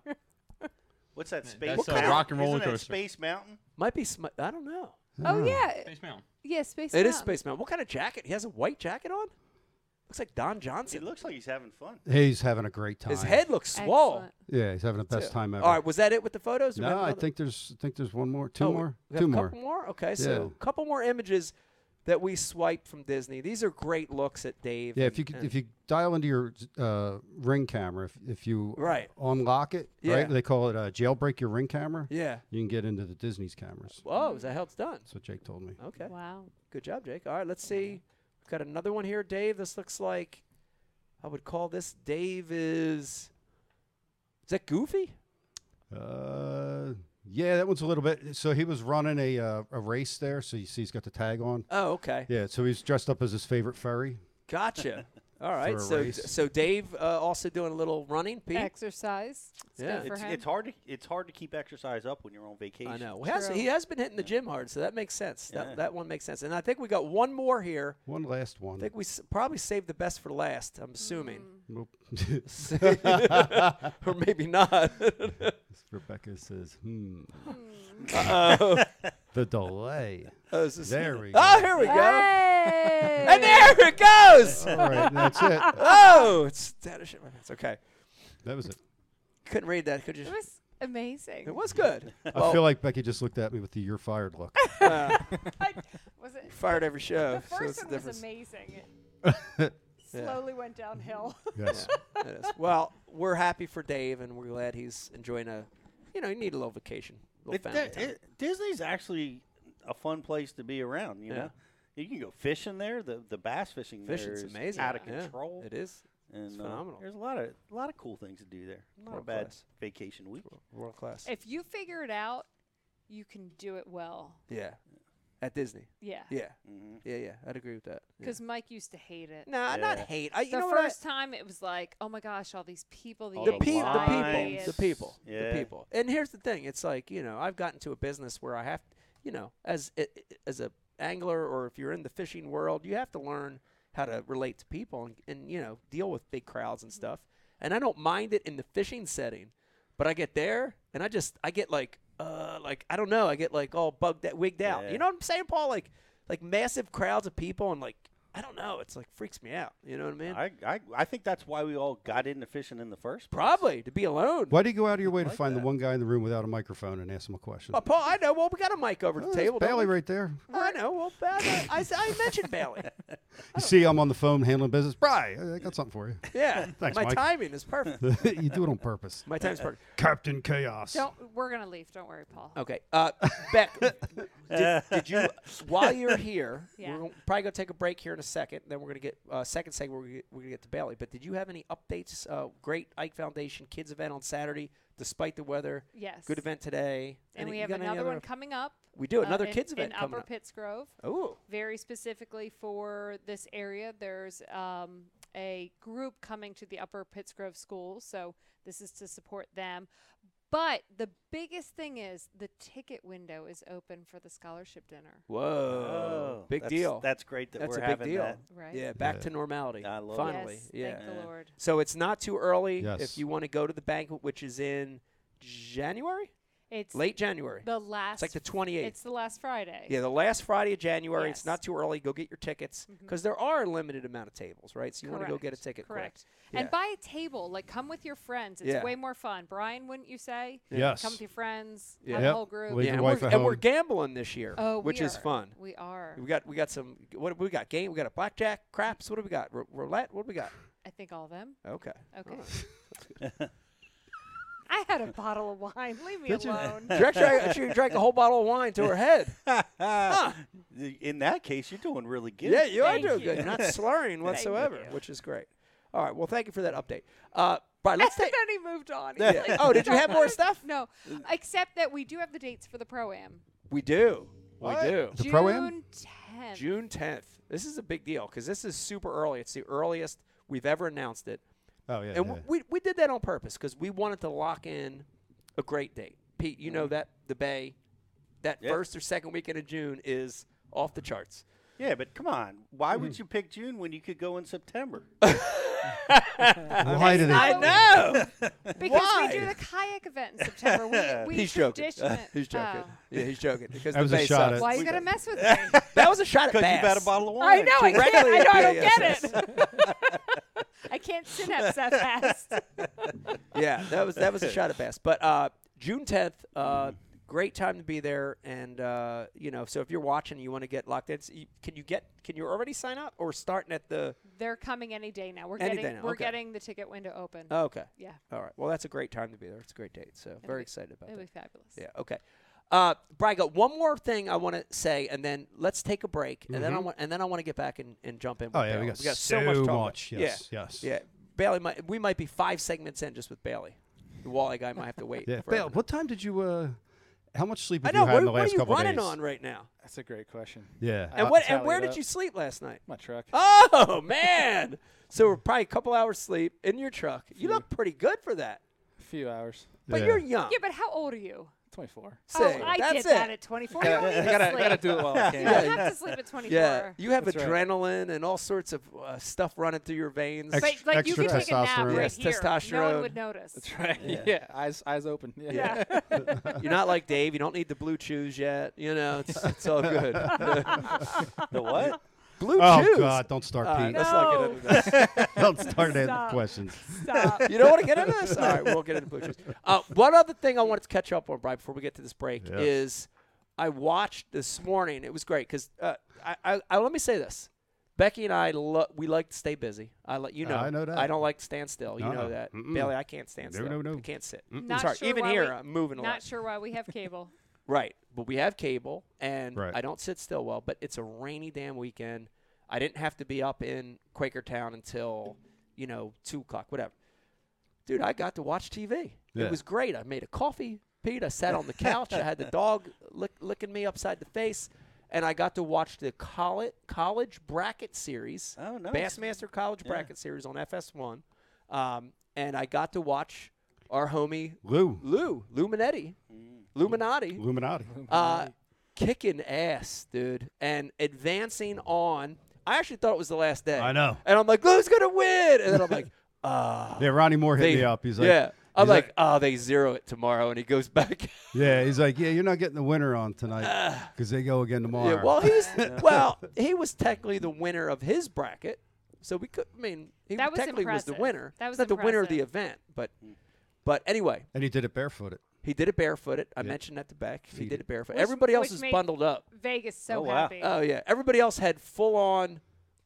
Speaker 2: What's that space?
Speaker 3: that's, uh,
Speaker 2: mountain?
Speaker 3: Rock and Roller
Speaker 2: Isn't that
Speaker 3: Coaster.
Speaker 2: Space Mountain.
Speaker 1: might be. Sm- I don't know.
Speaker 8: Oh yeah,
Speaker 3: Space Mountain.
Speaker 8: yeah. Space.
Speaker 1: It is
Speaker 8: Mountain.
Speaker 1: Space Mountain. What kind of jacket? He has a white jacket on. Looks like Don Johnson.
Speaker 2: It looks like he's having fun.
Speaker 4: He's having a great time.
Speaker 1: His head looks swole.
Speaker 8: Excellent.
Speaker 4: Yeah, he's having the best
Speaker 1: too.
Speaker 4: time ever.
Speaker 1: All right, was that it with the photos? Do we have
Speaker 4: No, I
Speaker 1: another-
Speaker 4: think there's I think there's one more, two
Speaker 1: Oh, we-
Speaker 4: more,
Speaker 1: we have
Speaker 4: two
Speaker 1: a
Speaker 4: more.
Speaker 1: couple more. Okay, so
Speaker 4: Yeah.
Speaker 1: a couple more images that we swiped from Disney. These are great looks at Dave.
Speaker 4: Yeah, if
Speaker 1: and-
Speaker 4: you could,
Speaker 1: and-
Speaker 4: if you dial into your uh, ring camera, if, if you
Speaker 1: Right.
Speaker 4: unlock it,
Speaker 1: Yeah.
Speaker 4: right? They call it uh, jailbreak your ring camera.
Speaker 1: yeah.
Speaker 4: You can get into the Disney's cameras.
Speaker 1: Oh, is that how it's done?
Speaker 4: That's what Jake told me.
Speaker 1: Okay,
Speaker 8: Wow.
Speaker 1: good job, Jake. All right, let's see. We've got another one here, Dave. This looks like I would call this Dave is. Is that Goofy?
Speaker 4: Uh, yeah, that one's a little bit. So he was running a uh, a race there. So you see, he's got the tag on.
Speaker 1: Oh, okay.
Speaker 4: Yeah, so he's dressed up as his favorite furry. (laughs)
Speaker 1: Gotcha. All right.
Speaker 4: a
Speaker 1: So
Speaker 4: race.
Speaker 1: so Dave uh, also doing a little running. Pete?
Speaker 8: Exercise. It's
Speaker 1: Yeah.
Speaker 8: good for
Speaker 2: It's,
Speaker 8: him.
Speaker 2: it's hard to it's hard to keep exercise up when you're on vacation.
Speaker 1: I know. He has,
Speaker 8: True.
Speaker 1: he has been hitting the gym hard, so that makes sense.
Speaker 2: Yeah.
Speaker 1: That, that one makes sense. And I think we got one more here.
Speaker 4: One last
Speaker 1: I
Speaker 4: one.
Speaker 1: think we s- probably saved the best for last, I'm assuming. (laughs)
Speaker 4: Nope. (laughs)
Speaker 1: or maybe not. (laughs)
Speaker 4: Rebecca says, hmm.
Speaker 1: Uh-oh.
Speaker 4: The
Speaker 1: (laughs)
Speaker 4: delay.
Speaker 1: Oh, this is-
Speaker 4: There we go.
Speaker 1: Oh, here we (laughs) go.
Speaker 8: Hey! (laughs)
Speaker 1: And there it goes.
Speaker 4: (laughs) All right, that's it.
Speaker 1: Oh, it's that is shit. my pants. Okay.
Speaker 4: That was it.
Speaker 1: Couldn't read that. Could you?
Speaker 8: It was amazing.
Speaker 1: It was good.
Speaker 4: I
Speaker 1: Well,
Speaker 4: feel like Becky just looked at me with the "you're fired"
Speaker 1: (laughs)
Speaker 4: look.
Speaker 1: uh,
Speaker 8: Was it?
Speaker 1: fired every show.
Speaker 8: The
Speaker 1: so it's
Speaker 8: first
Speaker 1: a
Speaker 8: one
Speaker 1: difference.
Speaker 8: was amazing. It
Speaker 1: (laughs) Yeah.
Speaker 8: slowly went downhill. (laughs)
Speaker 4: Yes.
Speaker 1: It is. Well, we're happy for Dave, and we're glad he's enjoying a. You know, you need a little vacation. a
Speaker 2: It-
Speaker 1: Little family
Speaker 2: that-
Speaker 1: time.
Speaker 2: it- Disney's actually a fun place to be around. You
Speaker 1: Yeah.
Speaker 2: know, you can go fishing there. The the bass fishing there
Speaker 1: Fishing's
Speaker 2: is
Speaker 1: amazing.
Speaker 2: out of
Speaker 1: Yeah,
Speaker 2: control.
Speaker 1: it is.
Speaker 2: and,
Speaker 1: it's
Speaker 2: uh,
Speaker 1: phenomenal.
Speaker 2: there's a lot of a lot of cool things to do there. Not a
Speaker 1: World
Speaker 2: bad
Speaker 1: class.
Speaker 2: vacation week.
Speaker 1: World class.
Speaker 8: If you figure it out, you can do it well.
Speaker 1: yeah. At Disney.
Speaker 8: Yeah.
Speaker 1: Yeah.
Speaker 2: Mhm.
Speaker 1: Yeah, yeah. I'd agree with that. Yeah.
Speaker 8: Because Mike used to hate it.
Speaker 1: Nah, not
Speaker 2: Yeah.
Speaker 1: hate. I, you
Speaker 8: the
Speaker 1: know what I-
Speaker 8: first time it was like, oh my gosh, all these people.
Speaker 2: All
Speaker 1: the,
Speaker 2: the
Speaker 1: pe- the
Speaker 2: lines.
Speaker 1: people, the people,
Speaker 2: Yeah.
Speaker 1: the people. And here's the thing: it's like you know, I've gotten to a business where I have, you know, as i- i- as a angler or if you're in the fishing world, you have to learn how to relate to people and, and you know deal with big crowds and stuff. And I don't mind it in the fishing setting, but I get there and I just I get like uh like I don't know I get like all bugged out, wigged out.
Speaker 2: Yeah.
Speaker 1: You know what I'm saying, Paul? Like like massive crowds of people and like I don't know. It's like freaks me out. You know what I mean?
Speaker 2: I, I I think that's why we all got into fishing in the first place.
Speaker 1: Probably to be alone.
Speaker 4: Why do you go out of your way to
Speaker 2: Like
Speaker 4: find
Speaker 2: that.
Speaker 4: the one guy in the room without a microphone and ask him a question?
Speaker 1: Oh, Paul, I know. Well, we got a mic over the
Speaker 4: Oh, that's
Speaker 1: table. don't
Speaker 4: Bailey
Speaker 1: we?
Speaker 4: right there.
Speaker 1: (laughs) I know. Well, Bailey, I, s- I
Speaker 4: (laughs)
Speaker 1: mentioned Bailey.
Speaker 4: You see, I'm on the phone handling business. Bry, I got something for you. (laughs)
Speaker 1: Yeah.
Speaker 4: Thanks,
Speaker 1: My
Speaker 4: Mike.
Speaker 1: timing is perfect.
Speaker 4: you do it on purpose.
Speaker 1: My time's
Speaker 4: (laughs)
Speaker 1: perfect.
Speaker 4: Captain Chaos.
Speaker 8: Don't. We're gonna leave. Don't worry, Paul.
Speaker 1: Okay. Uh,
Speaker 4: (laughs)
Speaker 1: Beck, did, did you, while you're here,
Speaker 8: (laughs) Yeah.
Speaker 1: we're gonna- probably going to take a break here in a second. Then we're going to get, uh, second segment, we're going to get to Bailey. But did you have any updates? Uh, great Ike Foundation kids event on Saturday, despite the weather.
Speaker 8: Yes.
Speaker 1: Good event today.
Speaker 8: And
Speaker 1: Any-
Speaker 8: we
Speaker 1: you
Speaker 8: have
Speaker 1: got any
Speaker 8: another
Speaker 1: other-
Speaker 8: one coming up.
Speaker 1: We do.
Speaker 8: uh,
Speaker 1: Another
Speaker 8: in-
Speaker 1: kids event
Speaker 8: in
Speaker 1: coming
Speaker 8: Upper
Speaker 1: up.
Speaker 8: Pittsgrove.
Speaker 1: Oh.
Speaker 8: very specifically for this area. There's um, a group coming to the Upper Pittsgrove School, so this is to support them. But the biggest thing is the ticket window is open for the scholarship dinner.
Speaker 1: Whoa.
Speaker 2: Oh,
Speaker 1: big
Speaker 2: that's-
Speaker 1: deal.
Speaker 2: That's great that
Speaker 1: That's
Speaker 2: we're
Speaker 1: a big
Speaker 2: having
Speaker 1: deal.
Speaker 2: that.
Speaker 8: Right?
Speaker 1: Yeah, back
Speaker 4: Yeah.
Speaker 1: to normality.
Speaker 2: I love it.
Speaker 1: Finally.
Speaker 8: Yes,
Speaker 1: yeah.
Speaker 8: Thank the
Speaker 2: Yeah.
Speaker 8: Lord.
Speaker 1: So it's not too early if
Speaker 4: Yes.
Speaker 1: you want to go to the banquet, which is in January,
Speaker 8: It's
Speaker 1: late January.
Speaker 8: the last.
Speaker 1: It's like the 28th.
Speaker 8: It's the last Friday.
Speaker 1: yeah, the last Friday of January. It's
Speaker 8: Yes. Mm-hmm.
Speaker 1: not too early. Go get your tickets because there are a limited amount of tables, right? So you want to go get a
Speaker 8: Correct,
Speaker 1: ticket
Speaker 8: Correct.
Speaker 1: quick.
Speaker 8: And
Speaker 1: Yeah.
Speaker 8: buy a table. Like, come with your friends. It's
Speaker 1: Yeah.
Speaker 8: way more fun. Brian, wouldn't you say?
Speaker 4: Yes.
Speaker 8: Come with your friends.
Speaker 1: Yeah.
Speaker 8: Have a
Speaker 4: Yep.
Speaker 8: whole group.
Speaker 4: Leave
Speaker 1: yeah,
Speaker 4: your
Speaker 1: and,
Speaker 4: wife
Speaker 1: we're,
Speaker 4: at
Speaker 1: and we're
Speaker 4: home.
Speaker 1: gambling this year,
Speaker 8: Oh, we
Speaker 1: which is
Speaker 8: are.
Speaker 1: fun.
Speaker 8: We are.
Speaker 1: We got we got some. What have we got? Game. We got a blackjack, craps. What do we got? R- roulette. What do we got?
Speaker 8: I think all of them. (laughs)
Speaker 1: Okay.
Speaker 8: Okay.
Speaker 1: All right.
Speaker 8: (laughs) I had a bottle of wine. Leave me alone.
Speaker 1: Director, I- she drank a whole bottle of wine to her head.
Speaker 2: In that case, you're doing really good.
Speaker 1: Yeah, you are
Speaker 8: Thank
Speaker 1: doing
Speaker 8: you.
Speaker 1: good.
Speaker 8: (laughs)
Speaker 1: You're not slurring whatsoever,
Speaker 8: you.
Speaker 1: which is great. All right. Well, thank you for that update. Uh,
Speaker 8: (laughs)
Speaker 1: Brian,
Speaker 8: and
Speaker 1: (laughs) let's take.
Speaker 8: then he moved on. He's
Speaker 1: Yeah.
Speaker 8: like,
Speaker 1: Oh, did you have
Speaker 8: (laughs)
Speaker 1: more stuff?
Speaker 8: No, except that we do have the dates for the pro am.
Speaker 1: We do.
Speaker 4: What?
Speaker 1: We do.
Speaker 4: The
Speaker 8: June
Speaker 4: Pro-Am?
Speaker 8: 10th.
Speaker 1: June 10th. This is a big deal because this is super early. It's the earliest we've ever announced it.
Speaker 4: Oh yeah.
Speaker 1: And
Speaker 4: yeah.
Speaker 1: w we, we did that on purpose because we wanted to lock in a great date. Pete, you know
Speaker 4: Mm-hmm.
Speaker 1: that the Bay, that
Speaker 2: Yeah.
Speaker 1: first or second weekend of June is off
Speaker 8: (laughs)
Speaker 1: the charts.
Speaker 2: Yeah, but come on. Why
Speaker 1: Hmm.
Speaker 2: would you pick June when you could go in
Speaker 1: (laughs)
Speaker 2: September?
Speaker 4: Why did
Speaker 8: I
Speaker 4: they?
Speaker 1: know.
Speaker 8: Oh, Because
Speaker 1: Why?
Speaker 8: we do the kayak event in September.
Speaker 1: (laughs)
Speaker 8: We, we
Speaker 1: he's joking.
Speaker 8: tradition-
Speaker 1: (laughs) he's joking.
Speaker 8: Oh.
Speaker 1: Yeah, he's joking. Because
Speaker 4: That
Speaker 1: the
Speaker 4: was a
Speaker 1: Bay
Speaker 4: shot
Speaker 1: sucks.
Speaker 4: at-
Speaker 8: Why you gotta
Speaker 1: (laughs)
Speaker 8: mess with me?
Speaker 1: That was
Speaker 4: (laughs)
Speaker 1: a shot at
Speaker 2: Because you've had a
Speaker 1: Bass.
Speaker 2: bottle of
Speaker 8: I
Speaker 2: wine.
Speaker 8: know. I can't.
Speaker 1: Directly
Speaker 8: I know. I
Speaker 1: at
Speaker 8: don't
Speaker 1: you,
Speaker 8: get it. (laughs) I can't synapse that
Speaker 1: (laughs)
Speaker 8: fast.
Speaker 1: yeah, that was that was a shot at best. But uh, June tenth, uh, great time to be there. And uh, you know, so if you're watching, and you want to get locked in. s- you- Can you get? Can you already sign up or starting at the?
Speaker 8: They're coming any day now. We're
Speaker 1: Any
Speaker 8: getting.
Speaker 1: day now,
Speaker 8: We're
Speaker 1: okay.
Speaker 8: getting the ticket window open.
Speaker 1: Oh, okay.
Speaker 8: yeah,
Speaker 1: All right. Well, that's a great time to be there. It's a great date. So very
Speaker 8: be-
Speaker 1: excited about
Speaker 8: it'll
Speaker 1: that.
Speaker 8: be fabulous.
Speaker 1: Yeah. Okay. Uh, Brian, I got one more thing I want to say, and then let's take a break, and then I want and then I want to get back and, and jump in.
Speaker 4: Mm-hmm. Oh
Speaker 1: with
Speaker 4: yeah, we
Speaker 1: Bailey.
Speaker 4: got,
Speaker 1: so much. to talk about.
Speaker 4: much. Yes. Yes.
Speaker 1: Yeah. Yeah. Bailey, might, we might be five segments in just with Bailey. The Walleye guy might have to wait.
Speaker 4: Yeah. Bail,
Speaker 1: forever.
Speaker 4: what time did you uh, how much sleep
Speaker 1: I
Speaker 4: have
Speaker 1: know.
Speaker 4: you had
Speaker 1: What,
Speaker 4: in the
Speaker 1: what are
Speaker 4: last
Speaker 1: you
Speaker 4: couple of
Speaker 1: running
Speaker 4: days? Uh,
Speaker 1: on right now?
Speaker 6: That's a great question.
Speaker 4: Yeah.
Speaker 6: I
Speaker 1: And
Speaker 6: have
Speaker 1: what?
Speaker 6: to
Speaker 1: And
Speaker 6: tally
Speaker 1: where
Speaker 6: it
Speaker 1: did
Speaker 6: up.
Speaker 1: you sleep last night?
Speaker 6: My truck.
Speaker 1: Oh man! so we're probably a couple hours sleep in your truck. You look pretty good for that,
Speaker 6: A few hours.
Speaker 1: but
Speaker 4: Yeah.
Speaker 1: you're young.
Speaker 8: Yeah, but how old are you?
Speaker 6: 24.
Speaker 1: Say,
Speaker 8: oh, I
Speaker 1: that's
Speaker 8: did
Speaker 1: it.
Speaker 8: that at 24. You don't need
Speaker 6: I
Speaker 8: to
Speaker 6: gotta,
Speaker 8: sleep.
Speaker 6: gotta do
Speaker 8: (laughs)
Speaker 6: it while I can.
Speaker 8: You don't have to sleep at 24.
Speaker 1: yeah, you have
Speaker 6: That's right.
Speaker 1: adrenaline and all sorts of uh, stuff running through your veins.
Speaker 4: Ex-
Speaker 8: But,
Speaker 4: Extra-
Speaker 8: like you could
Speaker 4: extra
Speaker 8: take a nap
Speaker 4: testosterone.
Speaker 8: right
Speaker 1: Yes,
Speaker 8: here. No one
Speaker 1: testosterone.
Speaker 8: would notice.
Speaker 6: That's right. Yeah. Eyes eyes open. Yeah.
Speaker 8: Yeah.
Speaker 1: You're not like Dave. You don't need the blue chews yet. You know,
Speaker 4: (laughs)
Speaker 1: it's, it's all good. (laughs)
Speaker 8: (laughs)
Speaker 2: The what?
Speaker 1: blue
Speaker 4: Oh
Speaker 1: chews.
Speaker 4: God! Don't start,
Speaker 1: All right,
Speaker 4: Pete.
Speaker 1: let's not get
Speaker 8: No.
Speaker 1: into this.
Speaker 4: (laughs)
Speaker 1: (laughs)
Speaker 4: don't start
Speaker 8: Stop.
Speaker 4: asking questions.
Speaker 8: Stop.
Speaker 1: You don't want to get into this? All right, we won't get into blue chews. Uh, one other thing I wanted to catch up on, Brian, before we get to this break
Speaker 4: Yeah.
Speaker 1: is I watched this morning. It was great because uh, I, I, I, let me say this. Becky and I, lo- we like to stay busy. I let you know.
Speaker 4: I know that.
Speaker 1: I don't like to stand still. You know
Speaker 4: No.
Speaker 1: that,
Speaker 4: Mm-mm.
Speaker 1: Bailey. I can't stand
Speaker 4: No,
Speaker 1: still.
Speaker 4: no, no.
Speaker 1: I can't sit.
Speaker 8: Not
Speaker 1: Sorry,
Speaker 8: sure
Speaker 1: even
Speaker 8: why
Speaker 1: here
Speaker 8: we-
Speaker 1: I'm moving a lot.
Speaker 8: Not sure why we have cable.
Speaker 1: Right. But we have cable and
Speaker 4: Right.
Speaker 1: I don't sit still well, but it's a rainy damn weekend. I didn't have to be up in Quakertown until, you know, two o'clock, whatever. Dude, I got to watch TV.
Speaker 4: Yeah.
Speaker 1: It was great. I made a coffee, Pete. I sat on the couch. I had the dog lick, licking me upside the face. And I got to watch the college, college bracket series.
Speaker 2: Oh, nice.
Speaker 1: Bassmaster College bracket series on FS1. Um, and I got to watch our homie
Speaker 4: Lou,
Speaker 1: Lou, Luminetti,
Speaker 2: Mm.
Speaker 1: Luminati
Speaker 4: Illuminati.
Speaker 1: uh, kicking ass, dude, and advancing on. I actually thought it was the last day.
Speaker 4: I know.
Speaker 1: And I'm like, who's gonna win? And then
Speaker 4: (laughs)
Speaker 1: I'm like, ah.
Speaker 4: Yeah, Ronnie Moore hit
Speaker 1: they-
Speaker 4: me up. He's like,
Speaker 1: yeah. I'm
Speaker 4: he's
Speaker 1: like, oh, they zero it tomorrow, and he
Speaker 4: (laughs)
Speaker 1: goes back.
Speaker 4: yeah. He's like, yeah. You're not getting the winner on
Speaker 1: (sighs)
Speaker 4: tonight because they go again tomorrow.
Speaker 1: yeah,
Speaker 4: (laughs)
Speaker 1: well, he's well, he was technically the winner of his bracket, so we could. I mean, he
Speaker 8: That was
Speaker 1: technically was the
Speaker 8: impressive.
Speaker 1: winner.
Speaker 8: That was
Speaker 1: not the winner of the
Speaker 8: impressive.
Speaker 1: event, but
Speaker 4: Hmm.
Speaker 1: but anyway,
Speaker 4: and he did it barefooted.
Speaker 1: he did it barefooted. I
Speaker 4: Yeah.
Speaker 1: mentioned that to Beck. He
Speaker 4: He
Speaker 1: did
Speaker 4: did.
Speaker 1: it barefoot.
Speaker 8: Which-
Speaker 1: Everybody else
Speaker 8: which
Speaker 1: is
Speaker 8: made-
Speaker 1: bundled up.
Speaker 8: Vegas so
Speaker 2: Oh, wow.
Speaker 8: happy.
Speaker 1: Oh yeah, everybody else had full on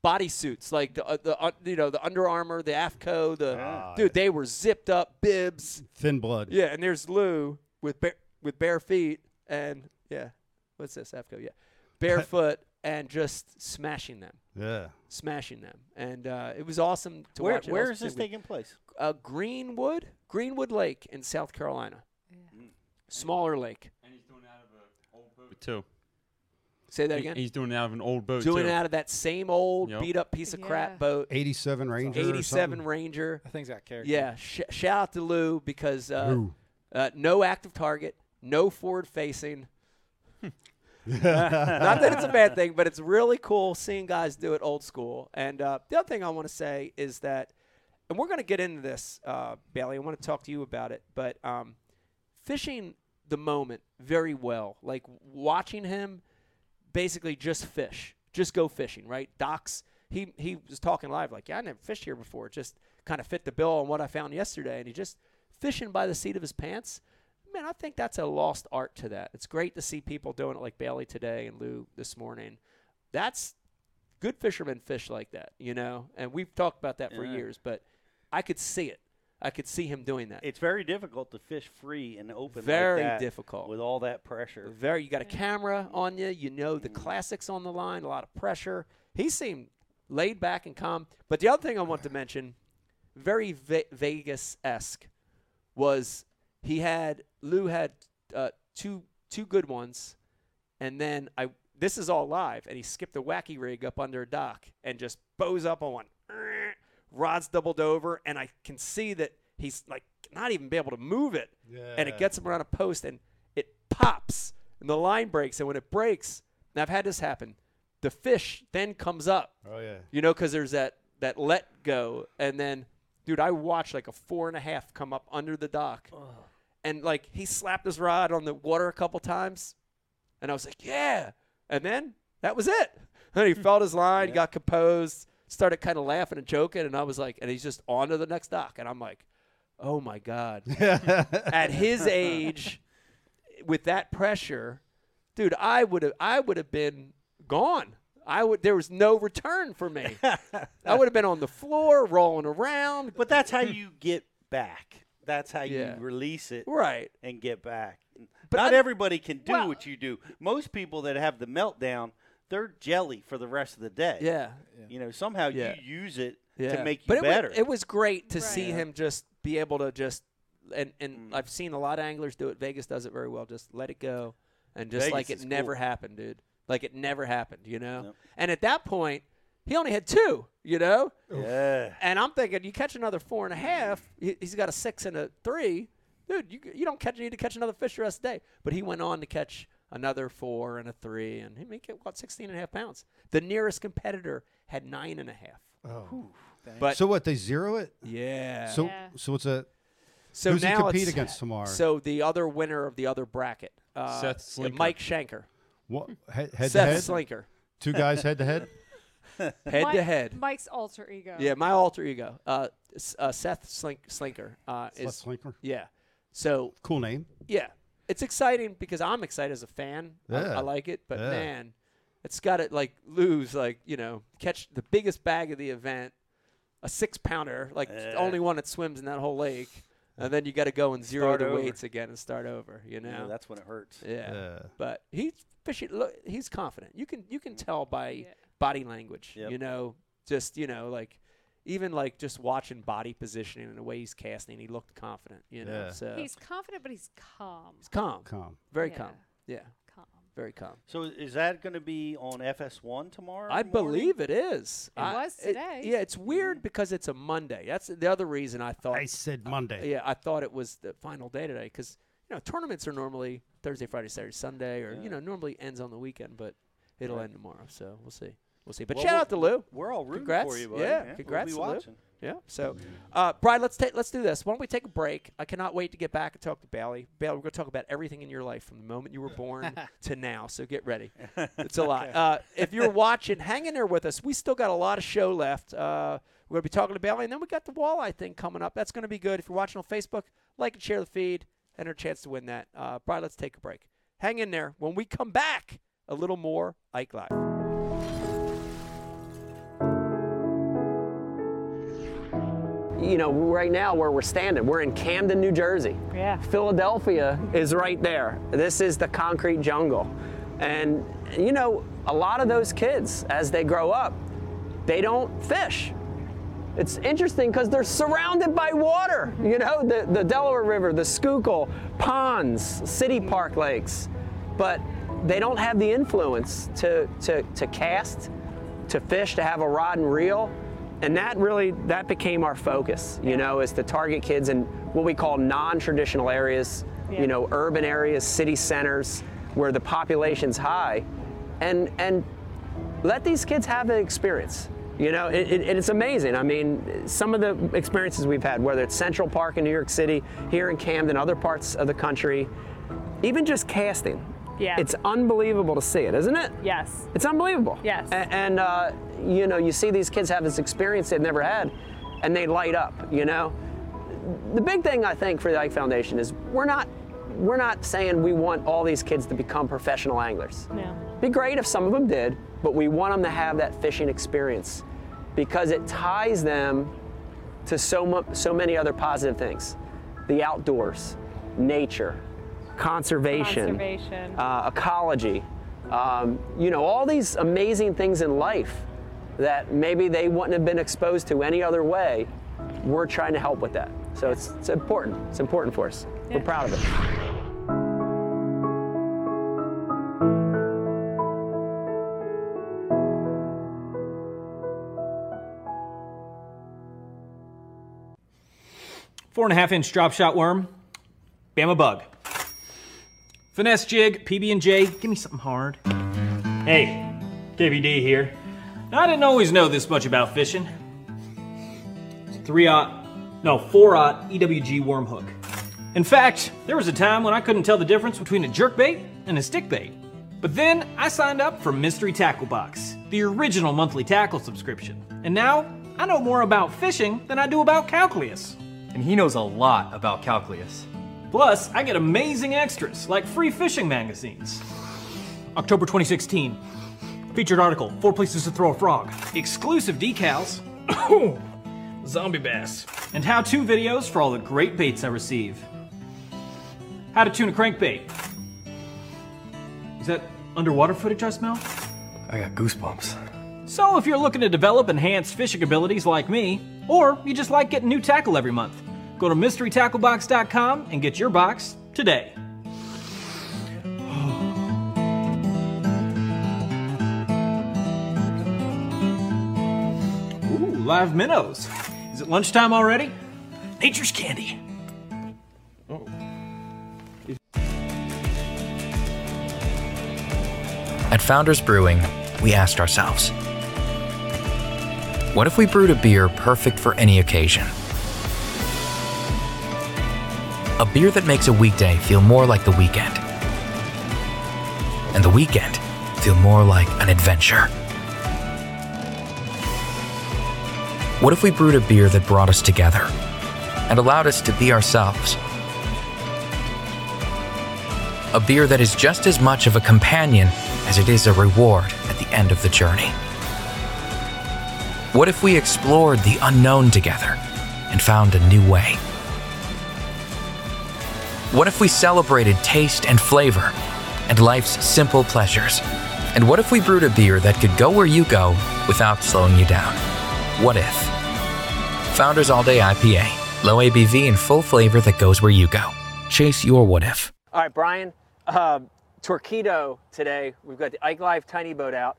Speaker 1: bodysuits, like the uh, the uh, you know the Under Armour, the AFCO, the
Speaker 4: Ah,
Speaker 1: dude. They were zipped up bibs.
Speaker 4: Thin blood.
Speaker 1: Yeah, and there's Lou with bare, with bare feet and yeah, what's this AFCO? Yeah,
Speaker 2: (laughs)
Speaker 1: barefoot and just smashing them,
Speaker 4: Yeah.
Speaker 1: smashing them, and uh, it was awesome to
Speaker 2: Where
Speaker 1: watch. it. I
Speaker 2: where
Speaker 1: was
Speaker 2: is this
Speaker 1: thinking-
Speaker 2: taking place?
Speaker 1: Uh, Greenwood, Greenwood Lake in South Carolina, smaller lake.
Speaker 3: And he's doing it out of an old boat too.
Speaker 1: Say that
Speaker 3: He-
Speaker 1: again.
Speaker 3: He's doing it out of an old boat
Speaker 1: Doing
Speaker 3: too.
Speaker 1: it out of that same old
Speaker 3: Yep.
Speaker 1: beat up piece of
Speaker 8: Yeah.
Speaker 1: crap boat.
Speaker 4: 87 Ranger. or
Speaker 1: 87
Speaker 4: something.
Speaker 1: Ranger.
Speaker 6: That thing's got character.
Speaker 1: Yeah, sh- shout out to Lou because uh,
Speaker 4: (laughs) Lou.
Speaker 1: Uh, no active target, no forward facing. Not that it's a bad thing, but it's really cool seeing guys do it old school. And uh, the other thing I want to say is that, and we're going to get into this, uh, Bailey. I want to talk to you about it, but um, fishing the moment very well. Like watching him basically just fish, just go fishing, right? Docs, he he was talking live like, yeah, I never fished here before. It just kind of fit the bill on what I found yesterday, and he just fishing by the seat of his pants. Man, I think that's a lost art to that. It's great to see people doing it like Bailey today and Lou this morning. That's good fishermen fish like that, you know. And we've talked about that for
Speaker 2: Yeah.
Speaker 1: years, but I could see it. I could see him doing that.
Speaker 2: It's very difficult to fish free and open.
Speaker 1: Very
Speaker 2: like that
Speaker 1: difficult.
Speaker 2: with all that pressure.
Speaker 1: Very, you got a camera on you. You know the classics on the line. A lot of pressure. He seemed laid back and calm. But the other thing I want to mention, very ve- Vegas esque, was he had Lou had uh, two two good ones, and then I this is all live, and he skipped a wacky rig up under a dock and just bows up on one. (clears throat) Rod's doubled over, and I can see that he's like not even be able to move it and it
Speaker 4: Yeah.
Speaker 1: gets him around a post and it pops and the line breaks and when it breaks and i've had this happen the fish then comes up
Speaker 4: Oh, yeah.
Speaker 1: you know because there's that that let go and then dude i watched like a four and a half come up under the dock and like he slapped his rod on the water a couple times and i was like yeah and then that was it (laughs) and he felt his line got composed started kind of laughing and joking and i was like and he's just on to the next dock and i'm like oh my god at his age with that pressure dude i would have i would have been gone i would there was no return for me i would have been on the floor rolling around
Speaker 2: But that's how you get back. That's how
Speaker 1: Hmm. Yeah.
Speaker 2: you release it
Speaker 1: right
Speaker 2: and get back.
Speaker 1: But
Speaker 2: Not
Speaker 1: I-
Speaker 2: everybody can do
Speaker 1: well-
Speaker 2: what you do. Most people that have the meltdown, they're jelly for the rest of the day.
Speaker 1: yeah
Speaker 2: You know, somehow
Speaker 1: Yeah.
Speaker 2: you use it
Speaker 1: yeah
Speaker 2: to make you
Speaker 1: but it
Speaker 2: better.
Speaker 1: was, it was great to
Speaker 8: Right.
Speaker 1: see him just be able to just and
Speaker 2: Mm.
Speaker 1: and I've seen a lot of anglers do it. Vegas does it very well. Just let it go, and just
Speaker 2: Vegas
Speaker 1: like it
Speaker 2: is
Speaker 1: never
Speaker 2: cool.
Speaker 1: happened, dude. Like it never happened, you know.
Speaker 2: Yep.
Speaker 1: And at that point, he only had two, you know.
Speaker 2: Yeah.
Speaker 1: And I'm thinking, you catch another four and a half. he- He's got a six and a three, dude. You you don't catch you need to catch another fish the rest of the day. But he went on to catch another four and a three, and he made what 16 and a half pounds. The nearest competitor had nine and a half.
Speaker 4: Oh.
Speaker 1: But
Speaker 4: So what? They zero it.
Speaker 1: yeah,
Speaker 4: So
Speaker 8: Yeah.
Speaker 4: so it's a
Speaker 1: so
Speaker 4: who's he
Speaker 1: now
Speaker 4: compete
Speaker 1: it's-
Speaker 4: against tomorrow?
Speaker 1: So the other winner of the other bracket, uh,
Speaker 3: Seth
Speaker 1: uh,
Speaker 3: Slinker.
Speaker 1: Mike Shanker,
Speaker 4: what head, head
Speaker 1: Seth
Speaker 4: to head?
Speaker 1: Slinker,
Speaker 4: Two guys head to head.
Speaker 1: head
Speaker 8: Mike-
Speaker 1: to head.
Speaker 8: Mike's alter ego.
Speaker 1: Yeah, my alter ego, uh, S- uh, Seth Slink- Slinker uh,
Speaker 4: Seth
Speaker 1: (laughs) is
Speaker 4: Slinker.
Speaker 1: yeah. So
Speaker 4: Cool name.
Speaker 1: yeah, it's exciting because I'm excited as a fan. I,
Speaker 4: Yeah.
Speaker 1: I like it, but
Speaker 4: Yeah.
Speaker 1: man, it's got to like lose like you know catch the biggest bag of the event, a six pounder, like the only one that swims in that whole lake, and then you got to go and zero
Speaker 2: Start
Speaker 1: the
Speaker 2: over.
Speaker 1: weights again and start over. You know.
Speaker 2: Yeah, that's when it hurts.
Speaker 1: Yeah.
Speaker 4: Yeah.
Speaker 1: But he's fishing. Look, he's confident. You can you can tell by
Speaker 8: Yeah.
Speaker 1: body language.
Speaker 2: Yep.
Speaker 1: You know, just you know, like even like just watching body positioning and the way he's casting, he looked confident. You know,
Speaker 4: Yeah.
Speaker 1: so
Speaker 8: He's confident, but he's calm.
Speaker 1: Uh, he's calm,
Speaker 4: Calm.
Speaker 1: very
Speaker 8: Yeah.
Speaker 1: calm. Yeah,
Speaker 8: Calm.
Speaker 1: very calm.
Speaker 2: So is that going to be on FS1 tomorrow?
Speaker 1: I
Speaker 2: morning?
Speaker 1: believe it is.
Speaker 8: It
Speaker 1: I-
Speaker 8: was today. Mm-hmm.
Speaker 1: yeah, it's weird because it's a Monday. That's the other reason I thought.
Speaker 4: I said Monday.
Speaker 1: yeah, I thought it was the final day today because you know tournaments are normally Thursday, Friday, Saturday, Sunday, or you know normally ends on the weekend, but it'll end tomorrow. So we'll see, we'll see. But
Speaker 2: Well,
Speaker 1: shout
Speaker 2: we'll-
Speaker 1: out to Lou.
Speaker 2: We're all rooting
Speaker 1: Congrats.
Speaker 2: for you, buddy.
Speaker 1: Yeah,
Speaker 2: We'll be
Speaker 1: congrats to Lou.
Speaker 2: watching.
Speaker 1: Yeah. So, uh, Brian, let's take let's do this. Why don't we take a break? I cannot wait to get back and talk to Bailey. Bailey, we're going to talk about everything in your life from the moment you
Speaker 2: (laughs)
Speaker 1: were born to now. So get ready. It's a lot. Uh, if you're watching, hang in there with us. We still got a lot of show left. Uh, we're going to be talking to Bailey, and then we got the walleye thing coming up. That's going to be good. If you're watching on Facebook, like and share the feed, and our chance to win that. Uh, Brian, let's take a break. Hang in there. When we come back, a little more Ike Live. You know, right now where we're standing, we're in Camden, New Jersey.
Speaker 7: Yeah.
Speaker 1: Philadelphia is right there. This is the concrete jungle. And, you know, a lot of those kids, as they grow up, they don't fish. It's interesting because they're surrounded by water. (laughs) You know, the, the Delaware River, the Schuylkill, ponds, city park lakes. But they don't have the influence to, to, to cast, to fish, to have a rod and reel. And that really, that became our focus, you know, is to target kids in what we call non-traditional areas,
Speaker 7: Yeah.
Speaker 1: you know, urban areas, city centers, where the population's high. And, and let these kids have an experience. You know, it, it, it's amazing. I mean, some of the experiences we've had, whether it's Central Park in New York City, here in Camden, other parts of the country, even just casting.
Speaker 7: Yeah.
Speaker 1: It's unbelievable to see it, isn't it?
Speaker 7: Yes.
Speaker 1: It's unbelievable.
Speaker 7: Yes.
Speaker 1: A- and, uh, you know, you see these kids have this experience they've never had, and they light up. You know, the big thing I think for the Ike Foundation is we're not we're not saying we want all these kids to become professional anglers.
Speaker 7: No.
Speaker 1: Be great if some of them did, but we want them to have that fishing experience because it ties them to so mu- so many other positive things: the outdoors, nature, conservation,
Speaker 7: Conservation.
Speaker 1: uh, ecology, um, you know, all these amazing things in life that maybe they wouldn't have been exposed to any other way. We're trying to help with that. So it's, it's important. It's important for us. We're
Speaker 7: Yeah.
Speaker 1: proud of it.
Speaker 9: Four and a half inch drop shot worm. Bama bug. Finesse jig, PB&J. Give me something hard. Hey, KVD here. I didn't always know this much about fishing. It's a three-aught, no, four-aught EWG worm hook. In fact, there was a time when I couldn't tell the difference between a jerk bait and a stick bait. But then I signed up for Mystery Tackle Box, the original monthly tackle subscription. And now I know more about fishing than I do about calculus.
Speaker 10: And he knows a lot about Calculus.
Speaker 9: Plus, I get amazing extras like free fishing magazines. October 2016. Featured article Four Places to Throw a Frog. Exclusive decals. Zombie bass. And how to videos for all the great baits I receive. How to tune a crankbait. Is that underwater footage I smell?
Speaker 10: I got goosebumps.
Speaker 9: So, if you're looking to develop enhanced fishing abilities like me, or you just like getting new tackle every month, Go to mysterytacklebox.com and get your box today. Ooh, live minnows. Is it lunchtime already? Nature's candy.
Speaker 7: At Founders Brewing, we asked ourselves What if we brewed a beer perfect for any occasion? A beer that makes a weekday feel more like the weekend, and the weekend feel more like an adventure. What if we brewed a beer that brought us together and allowed us to be ourselves? a beer that is just as much of a companion as it is a reward at the end of the journey? What if we explored the unknown together and found a new way? What if we celebrated taste and flavor and life's simple pleasures? And what if we brewed a beer that could go where you go without slowing you down? What if? Founders All Day IPA, low ABV and full flavor that goes where you go. Chase your what if.
Speaker 1: All right, Brian. Uh, Torquedo today. We've got the Ike Live tiny boat out.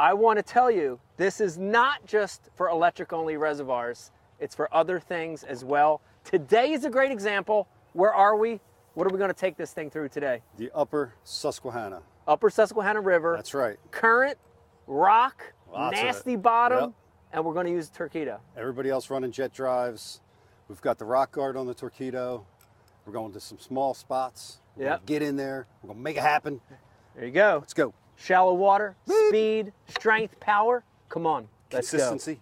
Speaker 1: I want to tell you, this is not just for electric-only reservoirs. It's for other things as well. Today is a great example. Where are we? What are we going to take this thing through today?
Speaker 4: The Upper Susquehanna.
Speaker 1: Upper Susquehanna River.
Speaker 4: That's right.
Speaker 1: Current, rock,
Speaker 4: Lots of it.
Speaker 1: nasty bottom,
Speaker 4: Yep.
Speaker 1: and we're going to use Torquedo.
Speaker 4: Everybody else running jet drives. We've got the rock guard on the torpedo. We're going to some small spots. We're gonna
Speaker 1: Yep.
Speaker 4: Get in there. We're gonna make it happen.
Speaker 1: There you go.
Speaker 4: Let's go.
Speaker 1: Shallow water, speed, strength, power. Come on. Let's go.
Speaker 4: Consistency.